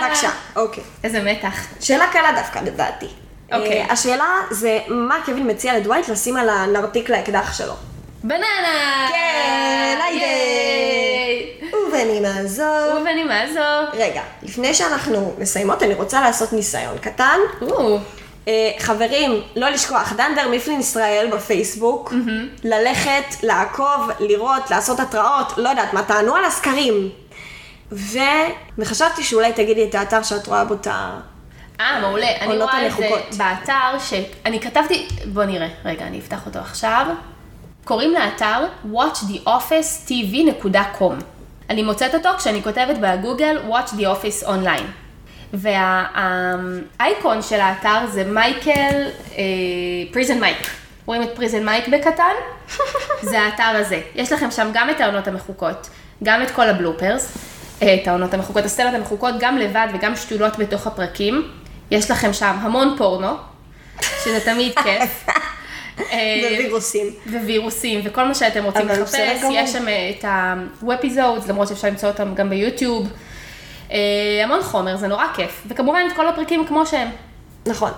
[SPEAKER 2] בבקשה. אוקיי.
[SPEAKER 1] איזה מתח.
[SPEAKER 2] שאלה קלה דווקא, לדעתי.
[SPEAKER 1] אוקיי.
[SPEAKER 2] אה, השאלה זה, מה קווין מציע לדווייט לשים על הנרתיק לאקדח שלו?
[SPEAKER 1] בננה!
[SPEAKER 2] כן, היידה.
[SPEAKER 1] ייי.
[SPEAKER 2] ובנימה זו...
[SPEAKER 1] ובנימה זו.
[SPEAKER 2] רגע, לפני שאנחנו מסיימות, אני רוצה לעשות ניסיון קטן.
[SPEAKER 1] או,
[SPEAKER 2] אה, חברים, לא לשכוח, דנדר מיפלין ישראל בפייסבוק, ללכת, לעקוב, לראות, לעשות התראות, לא יודעת מה, תענו על הסקרים. ו- וחשבתי שאולי תגידי את האתר שאת רואה בו את ה...
[SPEAKER 1] אה, מעולה. אני
[SPEAKER 2] עונות
[SPEAKER 1] רואה את זה
[SPEAKER 2] המחוקות.
[SPEAKER 1] באתר שאני כתבתי, בוא נראה, רגע, אני אפתח אותו עכשיו. קוראים לאתר watchtheofficetv.com. אני מוצאת אותו כשאני כותבת בגוגל Watch the Office Online. והאייקון של האתר זה מייקל, פריזן מייק. רואים את פריזן מייק בקטן? זה האתר הזה. יש לכם שם גם את העונות המחוקות, גם את כל הבלופרס, אה, את העונות המחוקות, הסצנות המחוקות, גם לבד וגם שתולות בתוך הפרקים. יש לכם שם המון פורנו, שזה תמיד כיף. אה,
[SPEAKER 2] בווירוסים.
[SPEAKER 1] ווירוסים וכל מה שאתם רוצים
[SPEAKER 2] אבל
[SPEAKER 1] לחפש,
[SPEAKER 2] בסדר גמור.
[SPEAKER 1] יש שם אה, את ה-webisodes, למרות שאפשר למצוא אותם גם ביוטיוב. אה, המון חומר, זה נורא כיף. וכמובן את כל הפרקים כמו שהם.
[SPEAKER 2] נכון.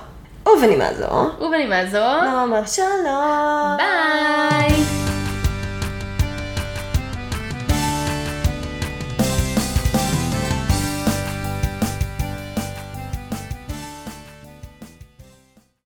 [SPEAKER 2] ובנימה זו...
[SPEAKER 1] ובנימה זו,
[SPEAKER 2] לא אומר שלום.
[SPEAKER 1] ביי!